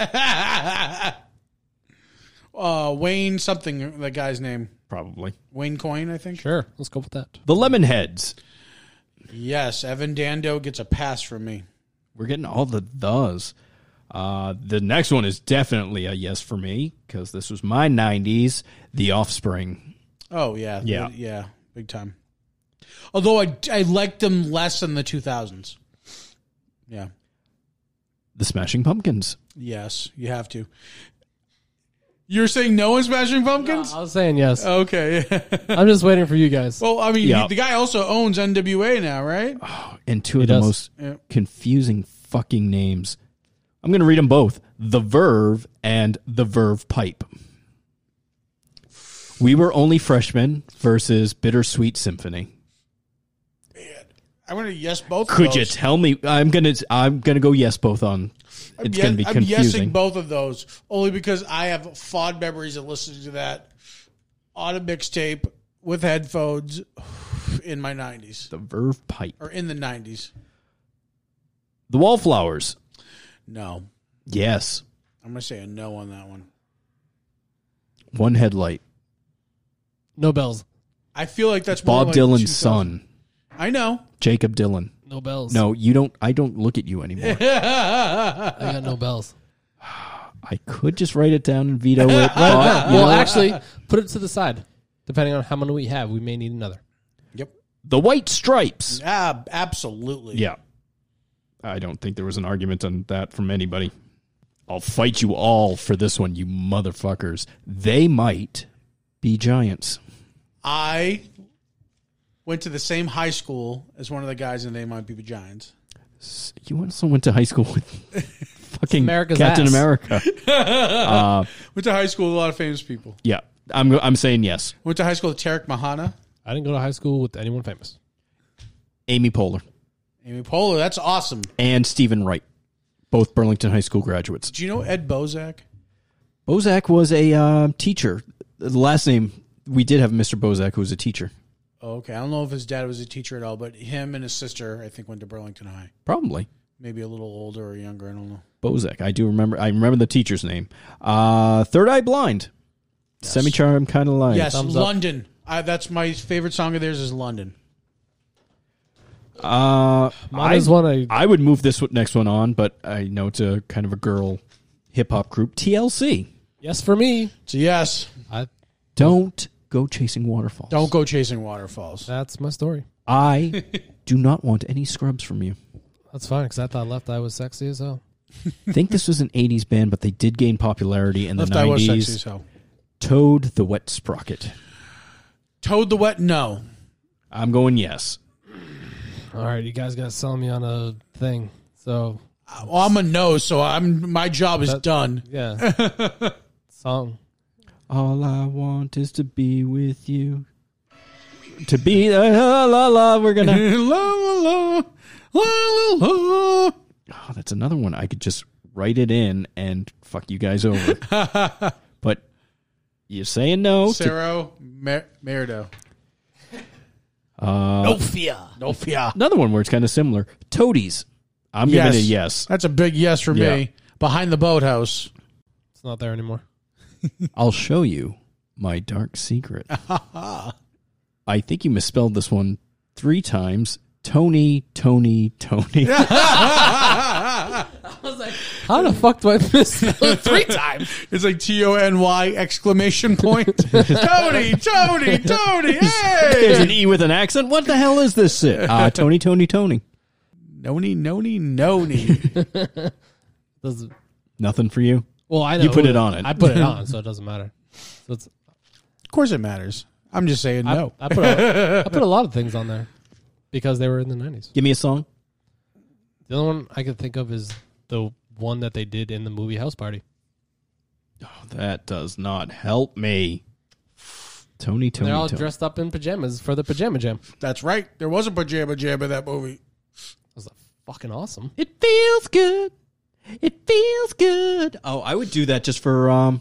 [SPEAKER 4] uh, Wayne something that guy's name
[SPEAKER 3] Probably.
[SPEAKER 4] Wayne Coyne I think.
[SPEAKER 5] Sure. Let's go with that.
[SPEAKER 3] The lemon heads.
[SPEAKER 4] Yes, Evan Dando gets a pass from me.
[SPEAKER 3] We're getting all the thes. Uh, the next one is definitely a yes for me because this was my 90s. The Offspring.
[SPEAKER 4] Oh yeah,
[SPEAKER 3] Yeah.
[SPEAKER 4] yeah, big time. Although I I liked them less in the two thousands. Yeah.
[SPEAKER 3] The Smashing Pumpkins.
[SPEAKER 4] Yes, you have to. You're saying no in Smashing Pumpkins?
[SPEAKER 5] I was saying yes.
[SPEAKER 4] Okay.
[SPEAKER 5] I'm just waiting for you guys.
[SPEAKER 4] well, I mean,
[SPEAKER 3] Yeah. Uh,
[SPEAKER 4] the guy also owns NWA now, right?
[SPEAKER 3] and two of
[SPEAKER 5] He
[SPEAKER 3] the
[SPEAKER 5] does.
[SPEAKER 3] most
[SPEAKER 4] Yeah.
[SPEAKER 3] confusing fucking names. I'm going to read them both The Verve and The Verve Pipe. We Were Only Freshmen versus Bittersweet Symphony.
[SPEAKER 4] I'm gonna yes both. of
[SPEAKER 3] Could you
[SPEAKER 4] those.
[SPEAKER 3] tell me? I'm gonna I'm gonna go yes both on. It's
[SPEAKER 4] I'm yes-
[SPEAKER 3] gonna be
[SPEAKER 4] I'm
[SPEAKER 3] confusing.
[SPEAKER 4] yesing both of those only because I have fond memories of listening to that on a mixtape with headphones in my 90s
[SPEAKER 3] the Verve Pipe,
[SPEAKER 4] or in the 90s.
[SPEAKER 3] The Wallflowers.
[SPEAKER 4] No,
[SPEAKER 3] Yes,
[SPEAKER 4] I'm gonna say a no on that one.
[SPEAKER 3] One Headlight.
[SPEAKER 5] No bells.
[SPEAKER 4] I feel like that's more
[SPEAKER 3] Bob
[SPEAKER 4] like
[SPEAKER 3] Dylan's
[SPEAKER 4] 2000.
[SPEAKER 3] son,
[SPEAKER 4] I know.
[SPEAKER 3] Jacob Dylan.
[SPEAKER 5] No bells.
[SPEAKER 3] No, you don't. I don't look at you anymore.
[SPEAKER 5] I got no bells.
[SPEAKER 3] I could just write it down and veto it. but, you know
[SPEAKER 5] well,
[SPEAKER 3] what?
[SPEAKER 5] actually, put it to the side. Depending on how many we have, we may need another.
[SPEAKER 4] Yep.
[SPEAKER 3] the White Stripes.
[SPEAKER 4] Ah, absolutely.
[SPEAKER 3] Yeah. I don't think there was an argument on that from anybody. I'll fight you all for this one, you motherfuckers. They might be giants.
[SPEAKER 4] I went to the same high school as one of the guys in They Might Be Giants.
[SPEAKER 3] You also went to high school with fucking
[SPEAKER 5] America's
[SPEAKER 3] Captain
[SPEAKER 5] ass.
[SPEAKER 3] America.
[SPEAKER 4] Went to high school with a lot of famous people.
[SPEAKER 3] Yeah. I'm I'm saying yes.
[SPEAKER 4] Went to high school with Tarek Mahana,
[SPEAKER 5] I didn't go to high school with anyone famous.
[SPEAKER 3] Amy Poehler
[SPEAKER 4] Amy Poehler. That's awesome.
[SPEAKER 3] and Stephen Wright, both Burlington High School graduates.
[SPEAKER 4] Do you know Ed Bozak?
[SPEAKER 3] Bozak was a uh, teacher. The last name we did have Mr. Bozak who was a teacher.
[SPEAKER 4] Oh, okay, I don't know if his dad was a teacher at all, but him and his sister, I think, went to Burlington High.
[SPEAKER 3] Probably.
[SPEAKER 4] Maybe a little older or younger. I don't know.
[SPEAKER 3] Bozek. I do remember. I remember the teacher's name. Uh, Third Eye Blind. Semi charm kind of line.
[SPEAKER 4] Yes,
[SPEAKER 5] thumbs up.
[SPEAKER 4] London. I, that's my favorite song of theirs is London.
[SPEAKER 3] Uh,
[SPEAKER 5] Mine is one I-
[SPEAKER 3] I would move this one- next one on, but I know it's a kind of a girl hip hop group. TLC.
[SPEAKER 5] Yes, for me.
[SPEAKER 4] So yes,
[SPEAKER 5] I,
[SPEAKER 3] Don't go chasing waterfalls.
[SPEAKER 4] don't go chasing waterfalls.
[SPEAKER 5] that's my story.
[SPEAKER 3] I do not want any scrubs from you.
[SPEAKER 5] That's fine because I thought Left Eye was sexy as hell.
[SPEAKER 3] I think this was an 80s band, but they did gain popularity in the
[SPEAKER 4] Left
[SPEAKER 3] 90s.
[SPEAKER 4] Eye was sexy. So
[SPEAKER 3] Toad the Wet Sprocket.
[SPEAKER 4] Toad the Wet. No,
[SPEAKER 3] I'm going yes.
[SPEAKER 5] All right, you guys got to sell me on a thing. So
[SPEAKER 4] well, I'm a no. So I'm my job is
[SPEAKER 5] That-
[SPEAKER 4] done.
[SPEAKER 5] yeah, song.
[SPEAKER 3] All I want is to be with you. To be uh, la la la. We're gonna.
[SPEAKER 4] la, la, la, la, la, la.
[SPEAKER 3] Oh, that's another one. I could just write it in and fuck you guys over. but you're saying no. to-
[SPEAKER 4] Cerro Mer- Merdo. no fear. No fear.
[SPEAKER 3] another one where it's kind of similar. Toadies. I'm giving it a yes.
[SPEAKER 4] That's a big yes for
[SPEAKER 3] Yeah.
[SPEAKER 4] me. Behind the boathouse.
[SPEAKER 5] It's not there anymore.
[SPEAKER 3] I'll show you My Dark Secret. I think you misspelled this one three times. Tony, Tony, Tony.
[SPEAKER 5] How the fuck do I miss it three times?
[SPEAKER 4] It's like T O N Y exclamation point. Tony, Tony, Tony, hey!
[SPEAKER 3] There's an E with an accent. What the hell is this? shit? Uh, Tony, Tony, Tony.
[SPEAKER 4] Noni, noni, noni.
[SPEAKER 5] Does-
[SPEAKER 3] Nothing for you.
[SPEAKER 5] Well, I know.
[SPEAKER 3] You put it on it.
[SPEAKER 5] I put it on, so it doesn't matter. So it's,
[SPEAKER 4] Of course it matters. I'm just saying
[SPEAKER 5] I,
[SPEAKER 4] no.
[SPEAKER 5] I put a, I put a lot of things on there because they were in the nineties.
[SPEAKER 3] Give me a song.
[SPEAKER 5] The only one I could think of is the one that they did in the movie House Party.
[SPEAKER 3] That does not help me. Tony, Tony,
[SPEAKER 5] They're all
[SPEAKER 3] Tony.
[SPEAKER 5] dressed up in pajamas for the pajama jam. That
[SPEAKER 4] That's right. There was a pajama jam in that movie.
[SPEAKER 5] was fucking awesome.
[SPEAKER 3] It feels good. It feels good. Oh, I would do that just for um,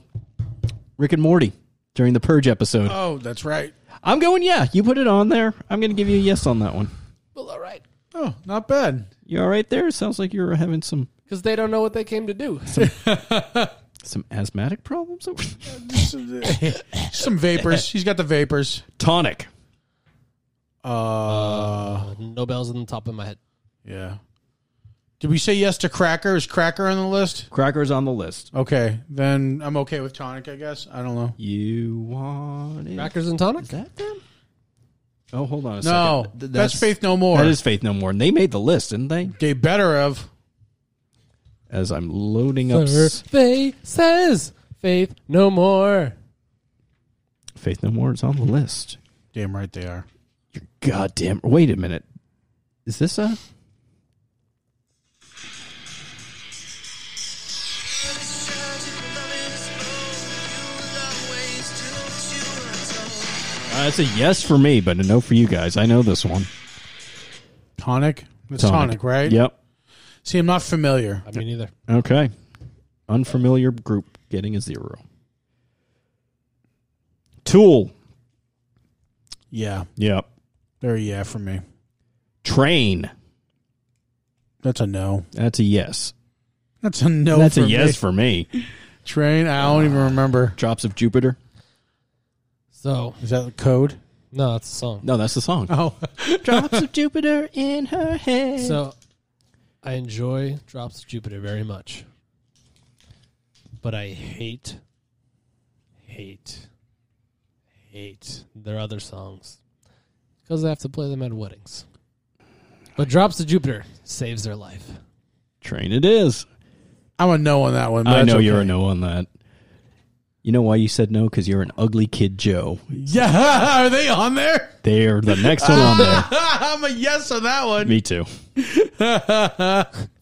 [SPEAKER 3] Rick and Morty during the Purge episode.
[SPEAKER 4] Oh, that's right.
[SPEAKER 3] I'm going, yeah, you put it on there. I'm going to give you a yes on that one.
[SPEAKER 5] Well, all right,
[SPEAKER 4] Oh, not bad.
[SPEAKER 3] You all right there? Sounds like you're having some,
[SPEAKER 5] because they don't know what they came to do.
[SPEAKER 3] some asthmatic problems. over-
[SPEAKER 4] Some vapors. He's got the vapors.
[SPEAKER 3] Tonic.
[SPEAKER 4] Uh,
[SPEAKER 5] no bells on the top of my head.
[SPEAKER 4] yeah. Did we say yes to Cracker? Is Cracker on the list?
[SPEAKER 3] Crackers on the list.
[SPEAKER 4] Okay, then I'm okay with tonic. I guess I don't know.
[SPEAKER 3] You want it.
[SPEAKER 5] Crackers and tonic.
[SPEAKER 3] Is that them? Oh, hold on a second.
[SPEAKER 4] No,
[SPEAKER 3] Th-
[SPEAKER 4] that's, Faith No More.
[SPEAKER 3] That is Faith No More. And they made the list, didn't they?
[SPEAKER 4] they better of.
[SPEAKER 3] As I'm loading up
[SPEAKER 5] Her
[SPEAKER 3] s-
[SPEAKER 5] faith says faith no more.
[SPEAKER 3] Faith No More is on the list.
[SPEAKER 4] Damn right they are.
[SPEAKER 3] God damn. Wait a minute. Is this a. Uh, it's a yes for me, but a no for you guys. I know this one.
[SPEAKER 4] Tonic. It's tonic, right?
[SPEAKER 3] Yep.
[SPEAKER 4] See, I'm not familiar.
[SPEAKER 5] I mean, either.
[SPEAKER 3] Okay. Unfamiliar group getting a zero. Tool.
[SPEAKER 4] Yeah,
[SPEAKER 3] Yep.
[SPEAKER 4] they're a yeah for me.
[SPEAKER 3] Train.
[SPEAKER 4] That's a no.
[SPEAKER 3] That's a yes.
[SPEAKER 4] That's a no.
[SPEAKER 3] That's
[SPEAKER 4] for
[SPEAKER 3] a yes
[SPEAKER 4] me.
[SPEAKER 3] for me.
[SPEAKER 4] Train. I don't even remember.
[SPEAKER 3] Drops of Jupiter.
[SPEAKER 5] So
[SPEAKER 4] Is that the code?
[SPEAKER 5] no, it's a song.
[SPEAKER 3] No, that's the song.
[SPEAKER 4] Oh,
[SPEAKER 3] Drops of Jupiter in her head.
[SPEAKER 5] So I enjoy Drops of Jupiter very much. But I hate, hate, hate their other songs. Because I have to play them at weddings. But Drops of Jupiter saves their life.
[SPEAKER 3] Train it is.
[SPEAKER 4] I'm a no on that one. but
[SPEAKER 3] I
[SPEAKER 4] that's
[SPEAKER 3] know you're
[SPEAKER 4] okay.
[SPEAKER 3] a no on that. You know why you said no? Because you're an ugly kid, Joe.
[SPEAKER 4] Yeah, are they on there?
[SPEAKER 3] They're the next one on there.
[SPEAKER 4] I'm a yes on that one.
[SPEAKER 3] Me too.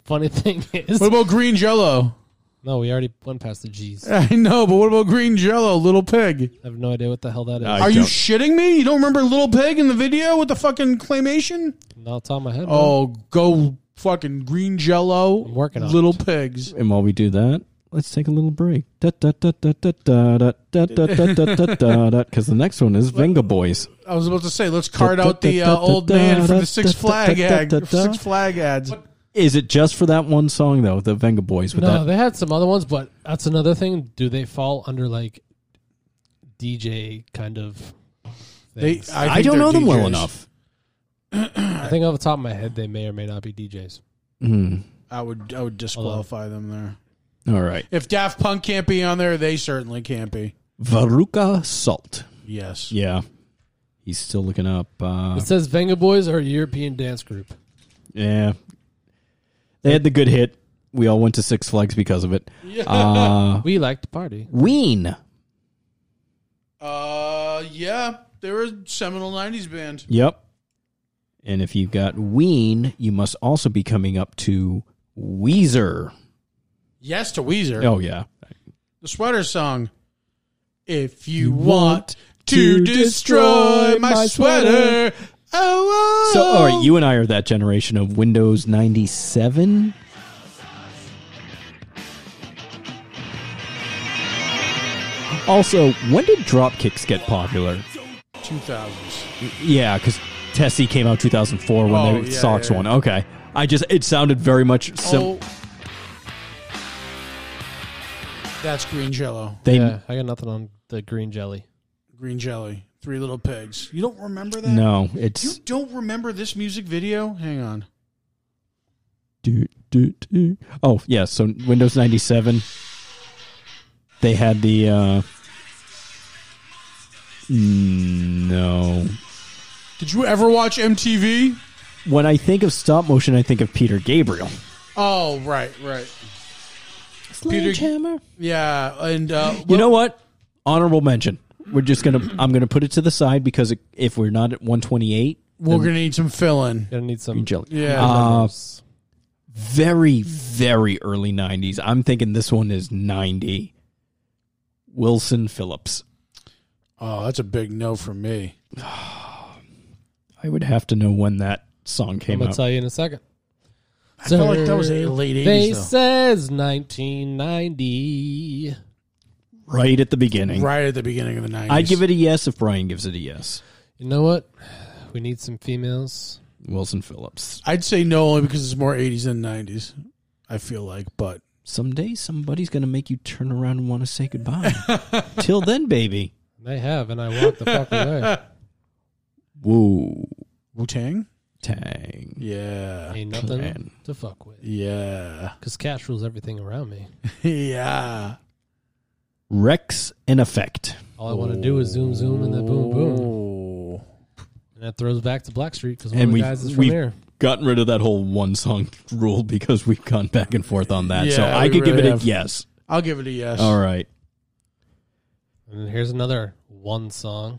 [SPEAKER 5] Funny thing is,
[SPEAKER 4] What about Green Jello?
[SPEAKER 5] no, we already went past the G's. I
[SPEAKER 4] I know, but what about Green Jello? Little Pig.
[SPEAKER 5] have no idea what the hell that is.
[SPEAKER 3] I
[SPEAKER 4] Are you
[SPEAKER 3] don't.
[SPEAKER 4] shitting me? You don't remember Little Pig in the video with the fucking claymation?
[SPEAKER 5] Not off the top of my head. no.
[SPEAKER 4] Oh, go fucking Green Jello.
[SPEAKER 5] I'm working on
[SPEAKER 4] Little Pigs.
[SPEAKER 3] And while we do that, let's take a little break. Da da da da da da da da da da da da da da. Because the next one is Venga Boys.
[SPEAKER 4] I was about to say, let's card out the uh, old man for the Six Flag ad. Six Flag ads.
[SPEAKER 3] Is it just for that one song though? The Venga Boys with
[SPEAKER 5] No,
[SPEAKER 3] that?
[SPEAKER 5] they had some other ones, but that's another thing. Do they fall under like DJ kind of?
[SPEAKER 4] They,
[SPEAKER 5] things?
[SPEAKER 4] I,
[SPEAKER 3] I
[SPEAKER 4] think
[SPEAKER 3] don't
[SPEAKER 4] they're
[SPEAKER 3] know them well
[SPEAKER 4] DJs.
[SPEAKER 3] enough.
[SPEAKER 5] I think off the top of my head, they may or may not be DJs.
[SPEAKER 4] I would, I would disqualify them there.
[SPEAKER 3] All right,
[SPEAKER 4] If Daft Punk can't be on there, they certainly can't be.
[SPEAKER 3] Varuka Salt.
[SPEAKER 4] Yes.
[SPEAKER 3] Yeah, he's still looking up. Uh,
[SPEAKER 5] It says Venga Boys are a European dance group.
[SPEAKER 3] yeah, they had the good hit. We all went to Six Flags because of it. Uh,
[SPEAKER 5] We like to party.
[SPEAKER 3] Ween.
[SPEAKER 4] Uh, yeah, they were a seminal '90s band.
[SPEAKER 3] Yep. And if you've got Ween, you must also be coming up to Weezer.
[SPEAKER 4] Yes to Weezer.
[SPEAKER 3] Oh yeah.
[SPEAKER 4] The sweater song. If you, want to destroy my, sweater, oh, oh.
[SPEAKER 3] So, all right, you and I are that generation of Windows 97. Also, when did drop kicks get popular?
[SPEAKER 4] 2000s.
[SPEAKER 3] Yeah, because Tessie came out 2004 when
[SPEAKER 4] Oh,
[SPEAKER 3] the
[SPEAKER 4] yeah,
[SPEAKER 3] Sox
[SPEAKER 4] yeah,
[SPEAKER 3] won. Okay. I just, it sounded very much sim-
[SPEAKER 4] oh. That's green jello.
[SPEAKER 3] They,
[SPEAKER 5] yeah, I got nothing on the green jelly.
[SPEAKER 4] Green Jelly, Three Little Pigs. You don't remember that?
[SPEAKER 3] No,
[SPEAKER 4] You
[SPEAKER 3] it's
[SPEAKER 4] don't remember this music video? Hang on.
[SPEAKER 3] do, do, do. Oh, yeah, so Windows 97 they had the uh mm, no.
[SPEAKER 4] Did you ever watch MTV?
[SPEAKER 3] When I think of stop motion, I think of Peter Gabriel.
[SPEAKER 4] Oh, right, right. Peter-
[SPEAKER 3] Sledgehammer.
[SPEAKER 4] Yeah, and uh,
[SPEAKER 3] You know what? Honorable mention. We're just gonna. I'm gonna put it to the side because it, if we're not at 128,
[SPEAKER 4] we're gonna need some filling.
[SPEAKER 5] Gonna need some
[SPEAKER 3] jelly. Uh,
[SPEAKER 4] Yeah,
[SPEAKER 5] numbers.
[SPEAKER 3] very very early 90s. I'm thinking this one is 90. Wilson Phillips.
[SPEAKER 4] Oh, that's a big no for me.
[SPEAKER 3] I would have to know when that song
[SPEAKER 5] I'm
[SPEAKER 3] came
[SPEAKER 5] gonna
[SPEAKER 3] out.
[SPEAKER 5] tell you in a second. I
[SPEAKER 4] felt like that was a late 80s though.
[SPEAKER 5] says 1990.
[SPEAKER 3] Right at the beginning.
[SPEAKER 4] Right at the beginning of the nineties,
[SPEAKER 3] I'd give it a yes if Brian gives it a yes.
[SPEAKER 5] You know what? We need some females.
[SPEAKER 3] Wilson Phillips.
[SPEAKER 4] I'd say no only because it's more eighties than nineties. I feel like, but
[SPEAKER 3] Someday somebody's gonna make you turn around and want to say goodbye. Till then, baby.
[SPEAKER 5] They have, and I walked the fuck away.
[SPEAKER 3] Woo
[SPEAKER 4] Wu Tang.
[SPEAKER 3] Tang.
[SPEAKER 4] Yeah,
[SPEAKER 5] Ain't nothing
[SPEAKER 3] Clan.
[SPEAKER 5] to fuck with.
[SPEAKER 4] yeah,
[SPEAKER 5] Because cash rules everything around me.
[SPEAKER 4] yeah.
[SPEAKER 3] Rex in effect.
[SPEAKER 5] All I want to
[SPEAKER 3] Oh.
[SPEAKER 5] do is zoom, zoom, and then boom, boom.
[SPEAKER 4] Oh,
[SPEAKER 5] And that throws back to Blackstreet because one
[SPEAKER 3] and
[SPEAKER 5] of the
[SPEAKER 3] we've,
[SPEAKER 5] guys is from
[SPEAKER 3] we've
[SPEAKER 5] here.
[SPEAKER 3] gotten rid of that whole one song rule because we've gone back and forth on that. so
[SPEAKER 4] Yeah,
[SPEAKER 3] I
[SPEAKER 4] we
[SPEAKER 3] could give
[SPEAKER 4] really
[SPEAKER 3] it
[SPEAKER 4] have.
[SPEAKER 3] a yes.
[SPEAKER 4] I'll give it a yes.
[SPEAKER 3] All right.
[SPEAKER 5] And here's another one song.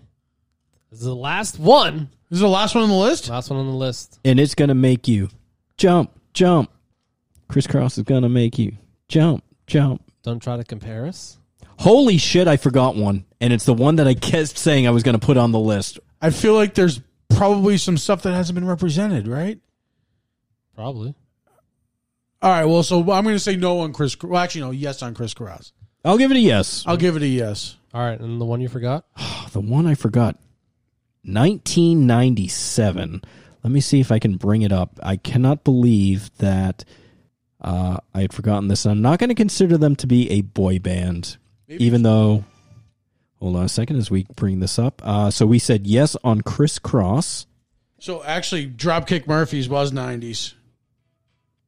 [SPEAKER 5] This is the last one.
[SPEAKER 4] This is the last one on the list.
[SPEAKER 5] Last one on the list.
[SPEAKER 3] And it's going to make you jump, jump. Crisscross is going to make you jump, jump.
[SPEAKER 5] Don't try to compare us.
[SPEAKER 3] Holy shit, I forgot one. And it's the one that I kept saying I was going to put on the list.
[SPEAKER 4] I feel like there's probably some stuff that hasn't been represented, right?
[SPEAKER 5] Probably.
[SPEAKER 4] All right. Well, so I'm going to say no on Chris. Well, actually, no. Yes on Chris Cross.
[SPEAKER 3] I'll give it a yes.
[SPEAKER 4] I'll give it a yes.
[SPEAKER 5] All right. And the one you forgot?
[SPEAKER 3] The one I forgot 1997. Let me see if I can bring it up. I cannot believe that uh, I had forgotten this. I'm not going to consider them to be a boy band, even though. Hold on a second as we bring this up. Uh, so we said yes on Crisscross.
[SPEAKER 4] So actually, Dropkick Murphys was '90s,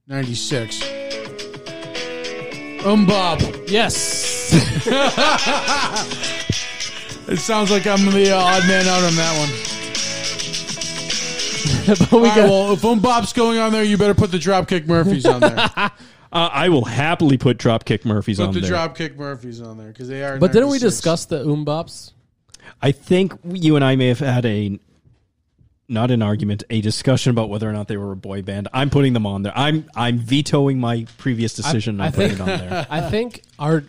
[SPEAKER 4] '96. Um, Bob.
[SPEAKER 5] Yes.
[SPEAKER 4] It sounds like I'm the uh, odd man out on that one.
[SPEAKER 5] but we
[SPEAKER 4] All right, well, if Um Bob's going on there, you better put the Dropkick Murphys on there.
[SPEAKER 3] Uh, I will happily put Dropkick Murphys
[SPEAKER 4] put
[SPEAKER 3] on
[SPEAKER 4] the
[SPEAKER 3] there.
[SPEAKER 4] Dropkick Murphys on there because they are.
[SPEAKER 5] But didn't we
[SPEAKER 4] 96.
[SPEAKER 5] discuss the umbops?
[SPEAKER 3] I think you and I may have had a not an argument, a discussion about whether or not they were a boy band. I'm putting them on there. I'm I'm vetoing my previous decision.
[SPEAKER 5] I
[SPEAKER 3] I'm putting
[SPEAKER 5] think-
[SPEAKER 3] it on there.
[SPEAKER 5] I think our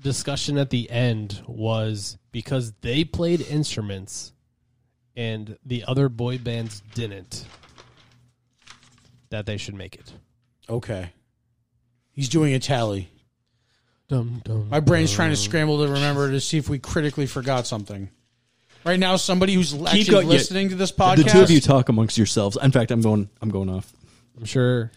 [SPEAKER 5] discussion at the end was because they played instruments and the other boy bands didn't, that they should make it.
[SPEAKER 4] Okay. He's doing a tally.
[SPEAKER 5] Dum, dum.
[SPEAKER 4] My brain's trying to scramble to remember to see if we critically forgot something. Right now, somebody who's actually
[SPEAKER 3] going, yeah.
[SPEAKER 4] listening to this podcast,
[SPEAKER 3] The two of you talk amongst yourselves. In fact, I'm going. I'm going off.
[SPEAKER 5] I'm sure.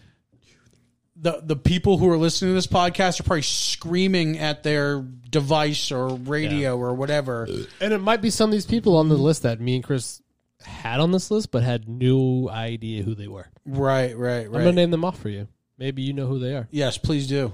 [SPEAKER 4] the the people who are listening to this podcast are probably screaming at their device or radio or whatever.
[SPEAKER 5] And it might be some of these people on the list that me and Chris had on this list, but had no idea who they were.
[SPEAKER 4] Right, right,
[SPEAKER 5] I'm going
[SPEAKER 4] right.
[SPEAKER 5] to name them off for you. Maybe you know who they are.
[SPEAKER 4] yes, please do.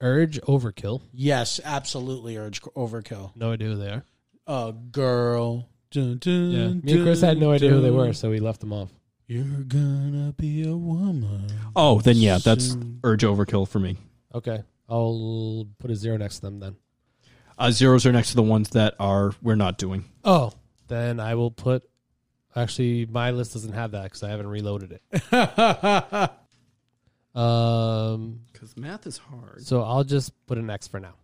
[SPEAKER 5] Urge Overkill.
[SPEAKER 4] Yes, absolutely. Urge overkill.
[SPEAKER 5] No idea who they are.
[SPEAKER 4] A girl. Dun, dun,
[SPEAKER 5] Yeah. Me and Chris had no
[SPEAKER 4] dun,
[SPEAKER 5] idea who they
[SPEAKER 4] dun.
[SPEAKER 5] were, so we left them off.
[SPEAKER 4] You're gonna be a woman.
[SPEAKER 3] Oh, then yeah, that's urge overkill for me.
[SPEAKER 5] Okay. I'll put a zero next to them then.
[SPEAKER 3] Uh, zeros are next to the ones that are we're not doing.
[SPEAKER 5] Oh. Then I will put. Actually, my list doesn't have that because I haven't reloaded it. um,
[SPEAKER 3] Because math is hard.
[SPEAKER 5] so I'll just put an X for now.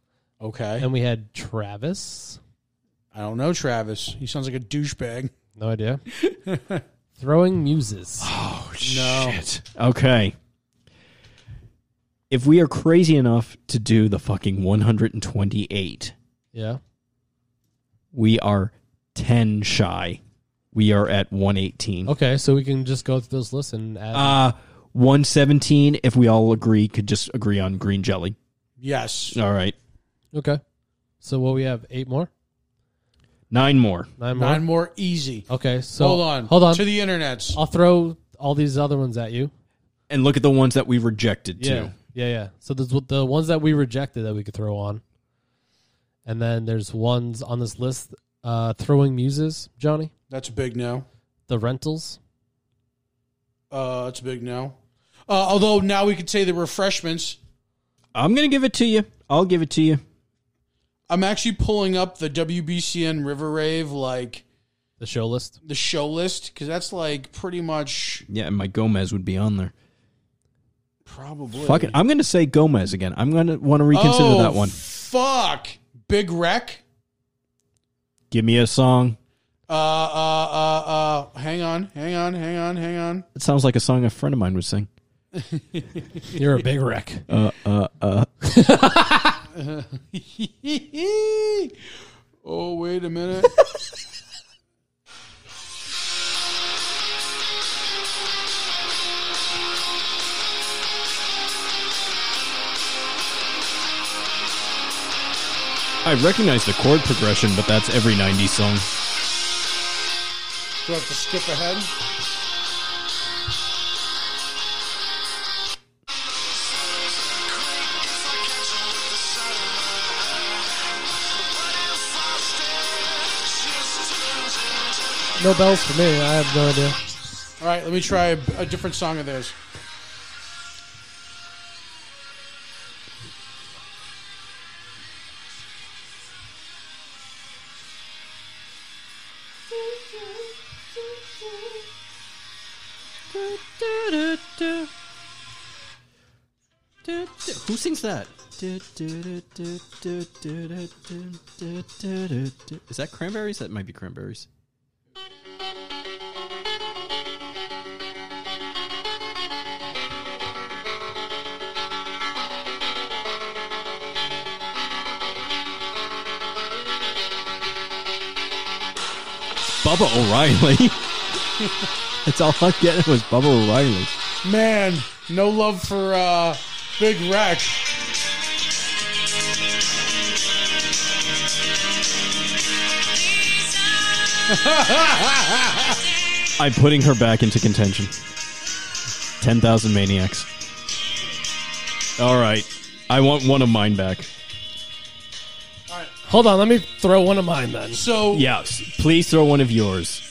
[SPEAKER 4] Okay.
[SPEAKER 5] And we had Travis.
[SPEAKER 4] I don't know, Travis. He sounds like a douchebag.
[SPEAKER 5] No idea. Throwing Muses.
[SPEAKER 4] No.
[SPEAKER 3] Okay. If we are crazy enough to do the fucking 128,
[SPEAKER 5] Yeah.
[SPEAKER 3] we are 10 shy. We are at 118.
[SPEAKER 5] Okay, so we can just go through those lists and add.
[SPEAKER 3] Uh 117 if we all agree could just agree on green jelly.
[SPEAKER 4] Yes.
[SPEAKER 3] All right.
[SPEAKER 5] okay. So what we have? Eight more.
[SPEAKER 3] Nine more.
[SPEAKER 5] Nine more.
[SPEAKER 4] Nine more easy.
[SPEAKER 5] Okay, so
[SPEAKER 4] hold on.
[SPEAKER 5] hold on.
[SPEAKER 4] To the internets.
[SPEAKER 5] I'll throw all these other ones at you.
[SPEAKER 3] And look at the ones that we rejected
[SPEAKER 5] Yeah,
[SPEAKER 3] too.
[SPEAKER 5] yeah, yeah. So there's the ones that we rejected that we could throw on, and then there's ones on this list. Uh, throwing muses, Johnny.
[SPEAKER 4] That's a big no.
[SPEAKER 5] The rentals.
[SPEAKER 4] Uh, that's a big no. Uh, although now we could say the refreshments.
[SPEAKER 3] I'm gonna give it to you. I'll give it to you.
[SPEAKER 4] I'm actually pulling up the WBCN River Rave like
[SPEAKER 5] The show list.
[SPEAKER 4] the show list because that's like pretty much
[SPEAKER 3] Yeah, and my Gomez would be on there.
[SPEAKER 4] probably
[SPEAKER 3] Fuck it. I'm gonna say Gomez again. I'm gonna want to reconsider
[SPEAKER 4] Oh,
[SPEAKER 3] that one.
[SPEAKER 4] Fuck, big wreck.
[SPEAKER 3] Give me a song.
[SPEAKER 4] Uh, uh, uh, uh. Hang on, hang on, hang on, hang on.
[SPEAKER 3] It sounds like a song a friend of mine would sing.
[SPEAKER 5] You're a big wreck.
[SPEAKER 4] oh, wait a minute.
[SPEAKER 3] I recognize the chord progression, but that's every '90s song.
[SPEAKER 4] Do I have to skip ahead?
[SPEAKER 5] No bells for me. I have no idea.
[SPEAKER 4] All right, let me try a, a different song of theirs.
[SPEAKER 3] Who sings that? Is that cranberries? That might be cranberries. Bubba O'Reilly. That's all I'm getting was Bubba O'Reilly.
[SPEAKER 4] Man, no love for uh, Big Wreck.
[SPEAKER 3] I'm putting her back into contention. 10,000 Maniacs. All right. I want one of mine back.
[SPEAKER 5] Hold on. Let me throw one of mine then.
[SPEAKER 4] So
[SPEAKER 3] Yes. Please throw one of yours.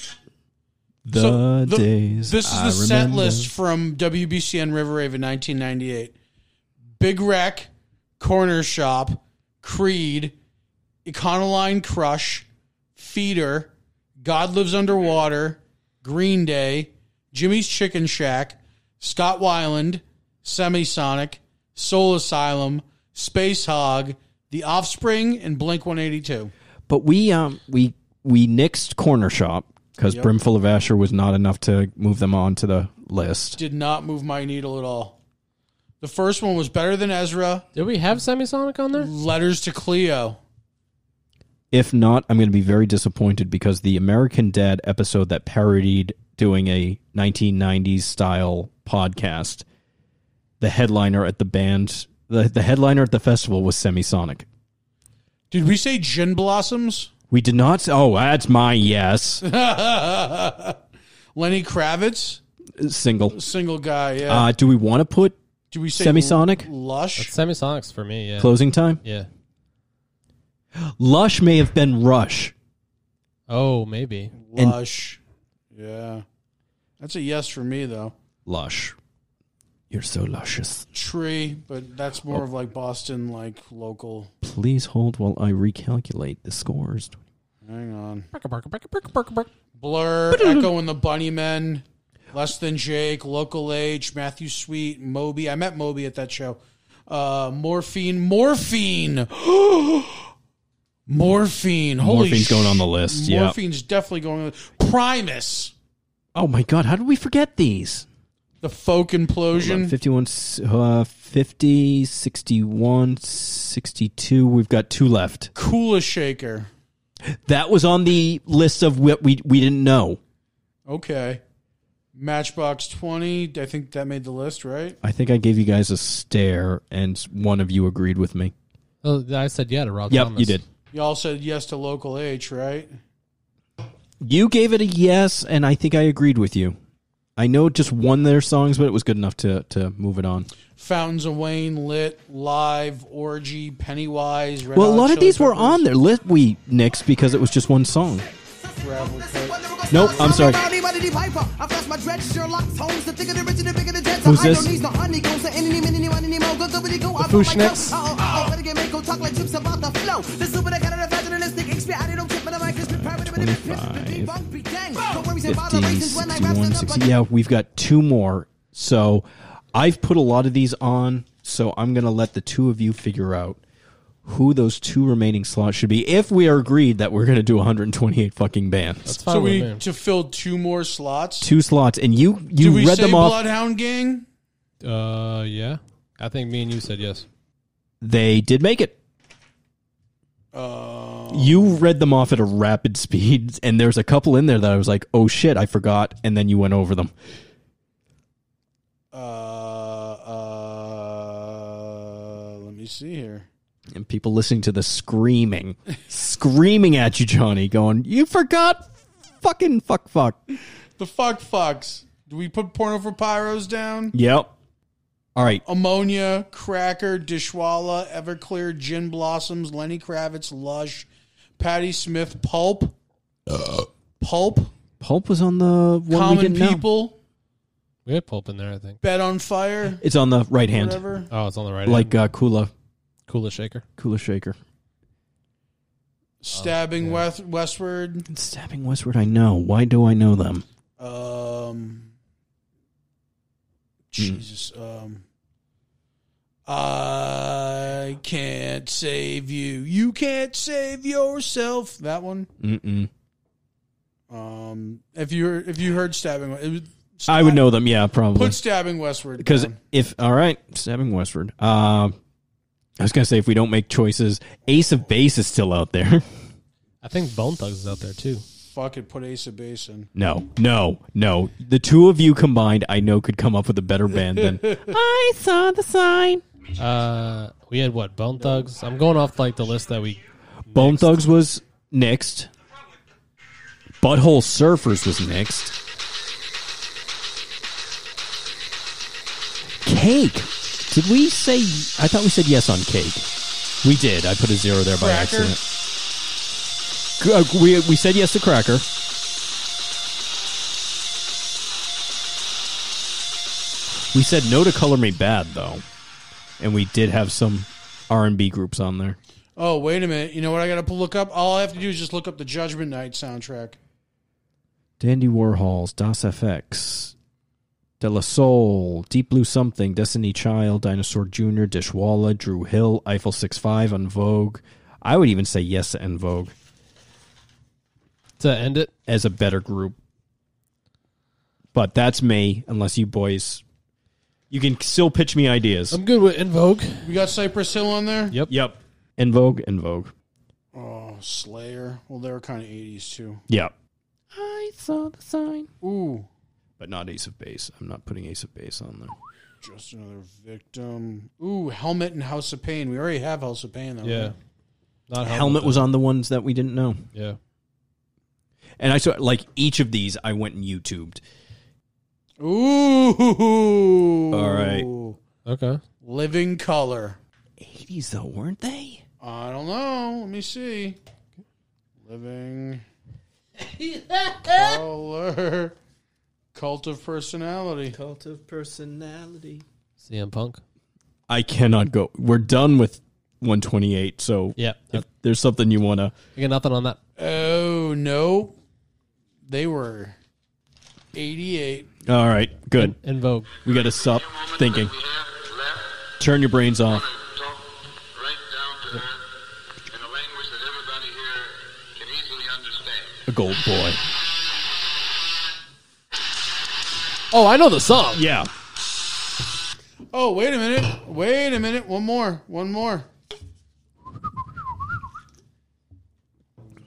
[SPEAKER 3] The
[SPEAKER 4] So
[SPEAKER 3] days.
[SPEAKER 4] This is the
[SPEAKER 3] I
[SPEAKER 4] set
[SPEAKER 3] remember.
[SPEAKER 4] list from WBCN River Rave in 1998. Big Wreck, Corner Shop, Creed, Econoline Crush, Feeder, God Lives Underwater, Green Day, Jimmy's Chicken Shack, Scott Weiland, Semisonic, Soul Asylum, Space Hog, The Offspring, and Blink 182.
[SPEAKER 3] But we um we we nixed Corner Shop because Brimful of Asher was not enough to move them onto the list.
[SPEAKER 4] Did not move my needle at all. The first one was better than Ezra.
[SPEAKER 5] Did we have Semisonic on there?
[SPEAKER 4] Letters to Cleo.
[SPEAKER 3] If not, I'm going to be very disappointed because the American Dad episode that parodied doing a 1990s style podcast, the headliner at the band, the, the headliner at the festival was Semisonic.
[SPEAKER 4] Did we say Gin Blossoms?
[SPEAKER 3] We did not. Oh, that's my yes.
[SPEAKER 4] Lenny Kravitz,
[SPEAKER 3] Single.
[SPEAKER 4] single guy. Yeah.
[SPEAKER 3] Uh, do we want to put
[SPEAKER 4] Did we say
[SPEAKER 3] Semisonic?
[SPEAKER 4] Lush?
[SPEAKER 5] Semisonic's for me. Yeah.
[SPEAKER 3] closing time?
[SPEAKER 5] Yeah.
[SPEAKER 3] Lush may have been Rush.
[SPEAKER 5] Oh, maybe.
[SPEAKER 3] and-
[SPEAKER 4] Lush. Yeah. That's a yes for me though.
[SPEAKER 3] Lush. You're so luscious.
[SPEAKER 4] Tree, but that's more of like Boston, like local.
[SPEAKER 3] Please hold while I recalculate the scores.
[SPEAKER 4] Hang on. Blur, Echo and the Bunnymen, Less Than Jake, Local Age, Matthew Sweet, Moby. I met Moby at that show. Uh, morphine, morphine, morphine. Holy
[SPEAKER 3] Morphine's going on the
[SPEAKER 4] sh-
[SPEAKER 3] list, yeah.
[SPEAKER 4] morphine's definitely going. on the Primus,
[SPEAKER 3] Oh my God, how did we forget these?
[SPEAKER 4] the folk implosion.
[SPEAKER 3] 51, uh, 50, 61, 62. We've got two left.
[SPEAKER 4] Coolest shaker.
[SPEAKER 3] That was on the list of what we, we didn't know.
[SPEAKER 4] Okay. Matchbox twenty. I think that made the list, right?
[SPEAKER 3] I think I gave you guys a stare, and one of you agreed with me.
[SPEAKER 5] Oh, I said yeah to Rob.
[SPEAKER 3] Yep,
[SPEAKER 5] Thomas.
[SPEAKER 3] you did.
[SPEAKER 4] Y'all said yes to local H, right?
[SPEAKER 3] You gave it a yes, and I think I agreed with you. I know it just won their songs, but it was good enough to to move it on.
[SPEAKER 4] Fountains of Wayne, Lit, Live, Orgy, Pennywise. Red
[SPEAKER 3] Well, a
[SPEAKER 4] Hot
[SPEAKER 3] lot of
[SPEAKER 4] Chili
[SPEAKER 3] these were
[SPEAKER 4] Peppers,
[SPEAKER 3] on there. Lit we nixed because it was just one song.
[SPEAKER 4] Gravel Pit.
[SPEAKER 3] Nope, I'm sorry. Who's
[SPEAKER 8] Who's
[SPEAKER 3] this?
[SPEAKER 5] Fushniks?
[SPEAKER 3] Yeah, we've got two more. So I've put a lot of these on. So I'm going to let the two of you figure out who those two remaining slots should be if we are agreed that we're going to do 128 fucking bands.
[SPEAKER 5] It's fine
[SPEAKER 4] So
[SPEAKER 5] with
[SPEAKER 4] we
[SPEAKER 5] me.
[SPEAKER 4] to fill two more slots.
[SPEAKER 3] Two slots, and you
[SPEAKER 4] Did
[SPEAKER 3] you
[SPEAKER 4] we
[SPEAKER 3] read
[SPEAKER 4] say
[SPEAKER 3] them off.
[SPEAKER 4] Bloodhound Gang?
[SPEAKER 5] Uh, yeah. I think me and you said yes.
[SPEAKER 3] They did make it.
[SPEAKER 4] Oh.
[SPEAKER 3] you read them off at a rapid speed, and there's a couple in there that I was like, "Oh shit, I forgot," and then you went over them.
[SPEAKER 4] Uh, uh, let me see here.
[SPEAKER 3] and people listening to the screaming, screaming at you, Johnny, going, "You forgot, fucking fuck, fuck."
[SPEAKER 4] The fuck fucks. Do we put porno for pyros down?
[SPEAKER 3] Yep. All right,
[SPEAKER 4] Ammonia, Cracker, Dishwalla, Everclear, Gin Blossoms, Lenny Kravitz, Lush, Patti Smith, Pulp, Uh. Pulp,
[SPEAKER 3] Pulp was on the one we
[SPEAKER 4] Common
[SPEAKER 3] didn't know.
[SPEAKER 4] People,
[SPEAKER 5] We had pulp in there, I think.
[SPEAKER 4] Bet on Fire,
[SPEAKER 3] It's on the right hand,
[SPEAKER 4] whatever.
[SPEAKER 5] Oh, it's on the right.
[SPEAKER 3] like uh, Kula,
[SPEAKER 5] cooler shaker.
[SPEAKER 3] Kula Shaker.
[SPEAKER 4] Stabbing West, Westward.
[SPEAKER 3] And stabbing westward, I know. Why do I know them?
[SPEAKER 4] Um, Jesus. Um, I can't save you. You can't save yourself. That one.
[SPEAKER 3] Mm-mm.
[SPEAKER 4] Um, if you if you heard stabbing, it was,
[SPEAKER 3] I would know them. Yeah, probably.
[SPEAKER 4] Put stabbing westward
[SPEAKER 3] Because
[SPEAKER 4] down.
[SPEAKER 3] if all right, stabbing westward. Um, I was gonna say if we don't make choices, Ace of Base is still out there.
[SPEAKER 5] I think Bone Thugs is out there too.
[SPEAKER 4] fuck it, put Ace of Base in.
[SPEAKER 3] No, no, no. The two of you combined, I know, could come up with a better band than I saw the sign.
[SPEAKER 5] Uh, we had what? Bone Thugs. I'm going off like the list that we.
[SPEAKER 3] Bone Thugs was next. Butthole Surfers was next. Cake. Did we say? I thought we said yes on cake. We did. I put a zero there by
[SPEAKER 4] Cracker?
[SPEAKER 3] accident. G- uh, We we said yes to cracker. We said no to color me bad though, and we did have some R and B groups on there.
[SPEAKER 4] Oh wait a minute, you know what I gotta look up? All I have to do is just look up the Judgment Night soundtrack.
[SPEAKER 3] Dandy Warhol's, Das FX, De La Soul, Deep Blue Something, Destiny Child, Dinosaur Jr., Dishwalla, Drew Hill, Eiffel 65, En Vogue. I would even say yes to En Vogue
[SPEAKER 5] To end it,
[SPEAKER 3] as a better group. But that's me, unless you boys. You can still pitch me ideas.
[SPEAKER 5] I'm good with In Vogue.
[SPEAKER 4] We got Cypress Hill on there.
[SPEAKER 5] Yep.
[SPEAKER 3] yep. En Vogue, En Vogue.
[SPEAKER 4] Oh Slayer. Well, they were kind of eighties too.
[SPEAKER 3] Yep. I saw the sign.
[SPEAKER 4] Ooh,
[SPEAKER 3] But not Ace of Base. I'm not putting Ace of Base on there.
[SPEAKER 4] just another victim. Ooh, Helmet and House of Pain. We already have House of Pain though.
[SPEAKER 5] Yeah. Not
[SPEAKER 3] Helmet was
[SPEAKER 5] though.
[SPEAKER 3] on the ones that we didn't know.
[SPEAKER 5] Yeah.
[SPEAKER 3] And I saw like each of these I went and YouTubed.
[SPEAKER 4] Ooh.
[SPEAKER 3] All right.
[SPEAKER 5] Okay.
[SPEAKER 4] Living Color.
[SPEAKER 3] 80s though, weren't they?
[SPEAKER 4] I don't know. Let me see. Living. color. Cult of personality.
[SPEAKER 3] Cult of personality.
[SPEAKER 5] CM Punk.
[SPEAKER 3] I cannot go. We're done with 128. So
[SPEAKER 5] Yeah.
[SPEAKER 3] if there's something you want to,
[SPEAKER 5] I got nothing on that.
[SPEAKER 4] Oh, no. They were 88.
[SPEAKER 3] all right, good.
[SPEAKER 5] In Vogue.
[SPEAKER 3] We got to stop thinking. Turn your brains off. A gold boy.
[SPEAKER 5] Oh, I know the song.
[SPEAKER 3] Yeah.
[SPEAKER 4] Oh, wait a minute. Wait a minute. One more. One more.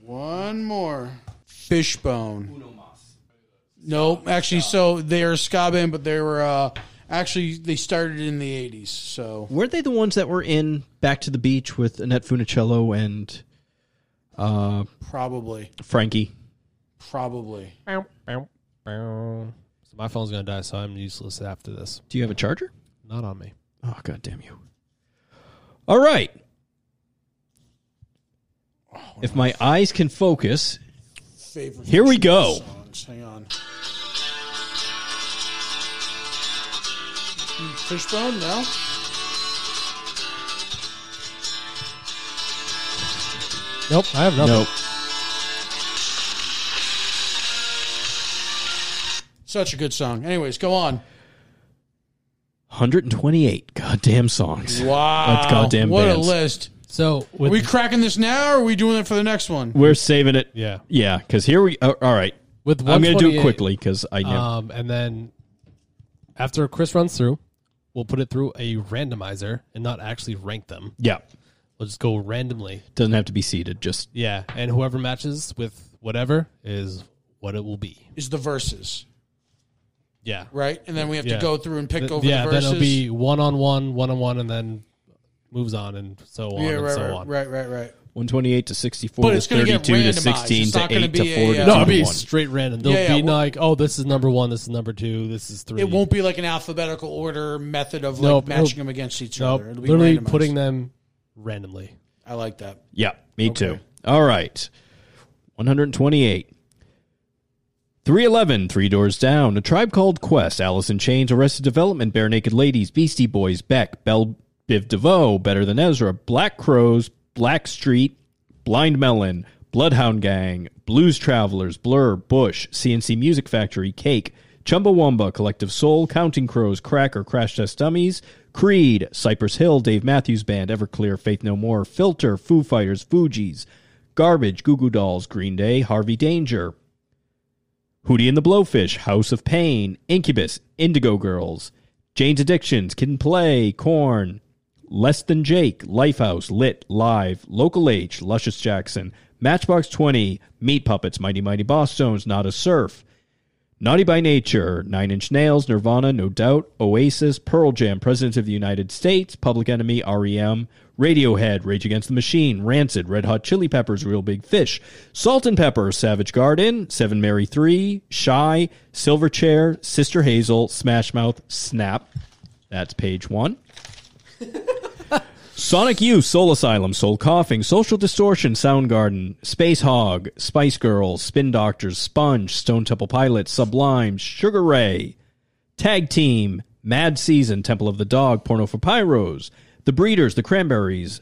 [SPEAKER 4] One more. Fishbone. No, actually, so they are ska band, but they were uh, actually they started in the '80s. So
[SPEAKER 3] Weren't they the ones that were in Back to the Beach with Annette Funicello and uh,
[SPEAKER 4] probably,
[SPEAKER 3] Frankie?
[SPEAKER 4] Probably.
[SPEAKER 5] So my phone's gonna die, so I'm useless after this.
[SPEAKER 3] Do you have a charger?
[SPEAKER 5] Not on me.
[SPEAKER 3] Oh, god damn you. All right. If my eyes can focus,
[SPEAKER 4] Favorite.
[SPEAKER 3] Here we go.
[SPEAKER 4] Songs. Hang on. Fishbone? No.
[SPEAKER 5] Nope, I have nothing.
[SPEAKER 3] nope.
[SPEAKER 4] Such a good song. Anyways, go on.
[SPEAKER 3] 128 goddamn songs.
[SPEAKER 4] Wow.
[SPEAKER 3] Of goddamn
[SPEAKER 4] what
[SPEAKER 3] bands.
[SPEAKER 4] a list.
[SPEAKER 5] So with
[SPEAKER 4] we cracking this now, or are we doing it for the next one?
[SPEAKER 3] We're saving it.
[SPEAKER 5] yeah,
[SPEAKER 3] Yeah, because here we. Uh, all right,
[SPEAKER 5] with
[SPEAKER 3] I'm going to do it
[SPEAKER 5] 128,
[SPEAKER 3] quickly because I know.
[SPEAKER 5] Um, and then after Chris runs through, we'll put it through a randomizer and not actually rank them.
[SPEAKER 3] yeah,
[SPEAKER 5] We'll just go randomly.
[SPEAKER 3] doesn't have to be seated. Just
[SPEAKER 5] Yeah, and whoever matches with whatever is what it will be.
[SPEAKER 4] Is the verses
[SPEAKER 5] Yeah,
[SPEAKER 4] right? And then we have
[SPEAKER 5] Yeah.
[SPEAKER 4] to go through and pick
[SPEAKER 5] Th-
[SPEAKER 4] over
[SPEAKER 5] yeah,
[SPEAKER 4] the
[SPEAKER 5] then
[SPEAKER 4] verses.
[SPEAKER 5] it'll be one on one, one on one, and then moves on and so on
[SPEAKER 4] yeah,
[SPEAKER 5] and
[SPEAKER 4] right,
[SPEAKER 5] so
[SPEAKER 4] right,
[SPEAKER 5] on.
[SPEAKER 4] right, right, right.
[SPEAKER 3] 128 to 64
[SPEAKER 4] But
[SPEAKER 3] to
[SPEAKER 4] it's gonna
[SPEAKER 3] 32
[SPEAKER 4] get
[SPEAKER 3] to
[SPEAKER 4] randomized.
[SPEAKER 3] 16
[SPEAKER 4] It's
[SPEAKER 3] to
[SPEAKER 4] not gonna
[SPEAKER 3] 8
[SPEAKER 4] be
[SPEAKER 3] to
[SPEAKER 4] a,
[SPEAKER 3] 4 to
[SPEAKER 4] uh,
[SPEAKER 5] No,
[SPEAKER 4] Two
[SPEAKER 5] it'll be
[SPEAKER 3] 1.
[SPEAKER 5] straight random. They'll
[SPEAKER 4] Yeah, yeah,
[SPEAKER 5] be
[SPEAKER 4] well-
[SPEAKER 5] like, oh, this is number one, this is number two, this is three.
[SPEAKER 4] It won't be like an alphabetical order method of like
[SPEAKER 5] Nope, it'll-
[SPEAKER 4] matching them against each
[SPEAKER 5] Nope,
[SPEAKER 4] other. It'll be
[SPEAKER 5] literally
[SPEAKER 4] randomized.
[SPEAKER 5] putting them randomly.
[SPEAKER 4] I like that.
[SPEAKER 3] Yeah, me too. All right. 128. 311, Three Doors Down, A Tribe Called Quest, Alice in Chains, Arrested Development, Bare Naked Ladies, Beastie Boys, Beck, Bell Biv DeVoe, Better Than Ezra, Black Crows, Black Street, Blind Melon, Bloodhound Gang, Blues Travelers, Blur, Bush, CNC Music Factory, Cake, Chumbawamba, Collective Soul, Counting Crows, Cracker, Crash Test Dummies, Creed, Cypress Hill, Dave Matthews Band, Everclear, Faith No More, Filter, Foo Fighters, Fugees, Garbage, Goo Goo Dolls, Green Day, Harvey Danger, Hootie and the Blowfish, House of Pain, Incubus, Indigo Girls, Jane's Addictions, Kid and Play, Corn, Less Than Jake, Lifehouse, Lit, Live, Local H, Luscious Jackson, Matchbox 20, Meat Puppets, Mighty Mighty Boss Stones, Not a Surf, Naughty by Nature, Nine Inch Nails, Nirvana, No Doubt, Oasis, Pearl Jam, President of the United States, Public Enemy, REM, Radiohead, Rage Against the Machine, Rancid, Red Hot Chili Peppers, Real Big Fish, Salt and Pepper, Savage Garden, Seven Mary Three, Shy, Silverchair, Sister Hazel, Smash Mouth, Snap. That's page one. Sonic Youth, Soul Asylum, Soul Coughing, Social Distortion, Soundgarden, Space Hog, Spice Girls, Spin Doctors, Sponge, Stone Temple Pilots, Sublime, Sugar Ray, Tag Team, Mad Season, Temple of the Dog, Porno for Pyros, The Breeders, The Cranberries,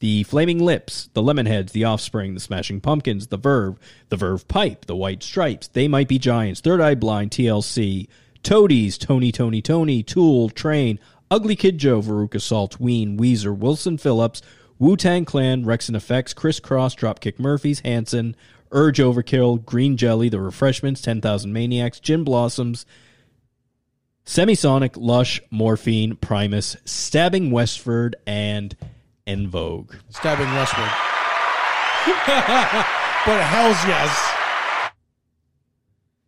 [SPEAKER 3] The Flaming Lips, The Lemonheads, The Offspring, The Smashing Pumpkins, The Verve, The Verve Pipe, The White Stripes, They Might Be Giants, Third Eye Blind, TLC, Toadies, Tony, Tony, Tony, Tool, Train, Ugly Kid Joe, Veruca Salt, Ween, Weezer, Wilson Phillips, Wu Tang Clan, Rex and Effects, Criss Cross, Dropkick Murphys, Hanson, Urge Overkill, Green Jelly, The Refreshments, 10,000 Maniacs, Gin Blossoms, Semisonic, Lush, Morphine, Primus, Stabbing Westford, and En Vogue.
[SPEAKER 4] Stabbing Westward. but hell's yes.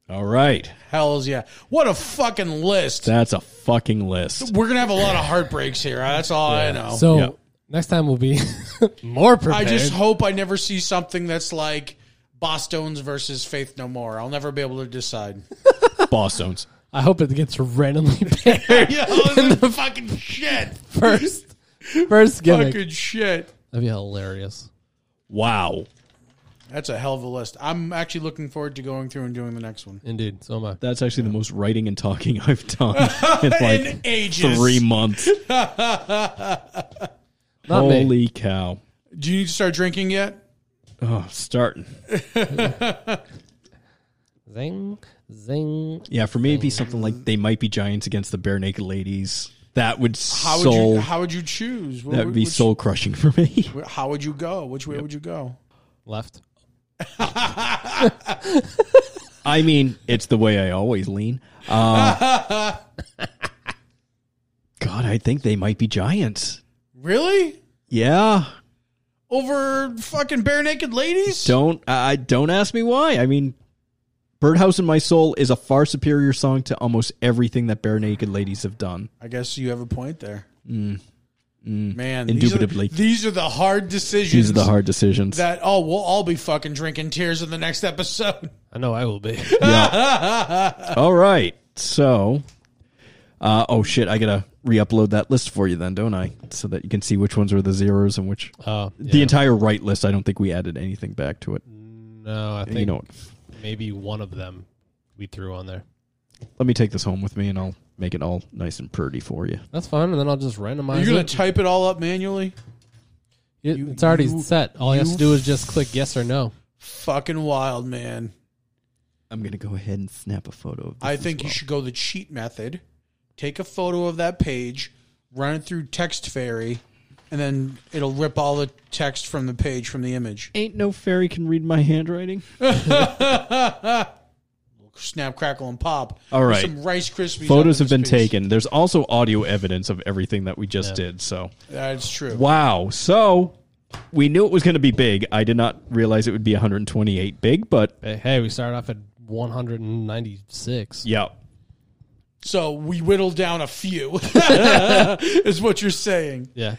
[SPEAKER 3] All right.
[SPEAKER 4] Hell's yeah. What a fucking list.
[SPEAKER 3] That's a fucking list.
[SPEAKER 4] We're gonna have a lot of heartbreaks here. Uh, That's all I know.
[SPEAKER 5] So
[SPEAKER 3] Yeah.
[SPEAKER 5] next time we'll be more prepared.
[SPEAKER 4] Oh. I just hope I never see something that's like Boston's versus Faith No More. I'll never be able to decide.
[SPEAKER 3] Boston's.
[SPEAKER 5] I hope it gets randomly paired
[SPEAKER 4] yeah, this is fucking shit.
[SPEAKER 5] first. First gimmick.
[SPEAKER 4] Fucking shit.
[SPEAKER 5] That'd be hilarious.
[SPEAKER 3] Wow.
[SPEAKER 4] That's a hell of a list. I'm actually looking forward to going through and doing the next one.
[SPEAKER 5] Indeed. So am I.
[SPEAKER 3] That's actually the most writing and talking I've done in like
[SPEAKER 4] In ages.
[SPEAKER 3] three months.
[SPEAKER 5] Not
[SPEAKER 3] Holy
[SPEAKER 5] me.
[SPEAKER 3] cow.
[SPEAKER 4] Do you need to start drinking yet?
[SPEAKER 3] Oh, starting.
[SPEAKER 5] Zing, zing.
[SPEAKER 3] Yeah, for me,
[SPEAKER 4] Oh.
[SPEAKER 3] it'd be something like they might be giants against the bare naked ladies. That would
[SPEAKER 4] How would
[SPEAKER 3] soul.
[SPEAKER 4] you how would you choose? What
[SPEAKER 3] that would be
[SPEAKER 4] which-
[SPEAKER 3] soul crushing for me.
[SPEAKER 4] How would you go? Which way would you go?
[SPEAKER 5] Left.
[SPEAKER 3] I mean, it's the way I always lean. Uh, God, I think they might be giants.
[SPEAKER 4] Really?
[SPEAKER 3] Yeah.
[SPEAKER 4] Over fucking bare naked ladies?
[SPEAKER 3] Don't I I- don't ask me why. I mean, "Birdhouse in My Soul" is a far superior song to almost everything that Bare Naked Ladies have done.
[SPEAKER 4] I guess you have a point there. Man,
[SPEAKER 3] Mm. Indubitably.
[SPEAKER 4] These are, these are the hard decisions.
[SPEAKER 3] These are the hard decisions.
[SPEAKER 4] That oh, we'll all be fucking drinking tears in the next episode.
[SPEAKER 5] I know I will be.
[SPEAKER 3] All right. So, uh, oh shit, I gotta re-upload that list for you then, don't I? So that you can see which ones were the zeros and which
[SPEAKER 5] Uh,
[SPEAKER 3] the
[SPEAKER 5] yeah.
[SPEAKER 3] entire right list. I don't think we added anything back to it.
[SPEAKER 5] No, I think
[SPEAKER 3] you know, what?
[SPEAKER 5] maybe one of them we threw on there.
[SPEAKER 3] let me take this home with me and I'll make it all nice and pretty for you.
[SPEAKER 5] That's fine, and then I'll just randomize
[SPEAKER 4] Are you gonna
[SPEAKER 5] it.
[SPEAKER 4] type it all up manually?
[SPEAKER 5] It-
[SPEAKER 4] you-
[SPEAKER 5] it's already
[SPEAKER 4] you-
[SPEAKER 5] set. All you have
[SPEAKER 4] you
[SPEAKER 5] to do is just click yes or no.
[SPEAKER 4] Fucking wild, man.
[SPEAKER 3] I'm gonna go ahead and snap a photo. Of this
[SPEAKER 4] I
[SPEAKER 3] as
[SPEAKER 4] think you
[SPEAKER 3] well.
[SPEAKER 4] should go the cheat method. Take a photo of that page, run it through Text Fairy, and then it'll rip all the text from the page from the image.
[SPEAKER 3] Ain't no fairy can read my handwriting.
[SPEAKER 4] Snap, crackle, and pop.
[SPEAKER 3] All
[SPEAKER 4] With
[SPEAKER 3] right.
[SPEAKER 4] Some Rice Krispies.
[SPEAKER 3] Photos
[SPEAKER 4] up in
[SPEAKER 3] have been
[SPEAKER 4] this piece.
[SPEAKER 3] taken. There's also audio evidence of everything that we just did. So,
[SPEAKER 4] That's true.
[SPEAKER 3] wow. So we knew it was going to be big. I did not realize it would be 128 big, but
[SPEAKER 5] Hey, hey, we started off at 196.
[SPEAKER 3] yeah.
[SPEAKER 4] So we whittled down a few, is what you're saying.
[SPEAKER 5] Yeah.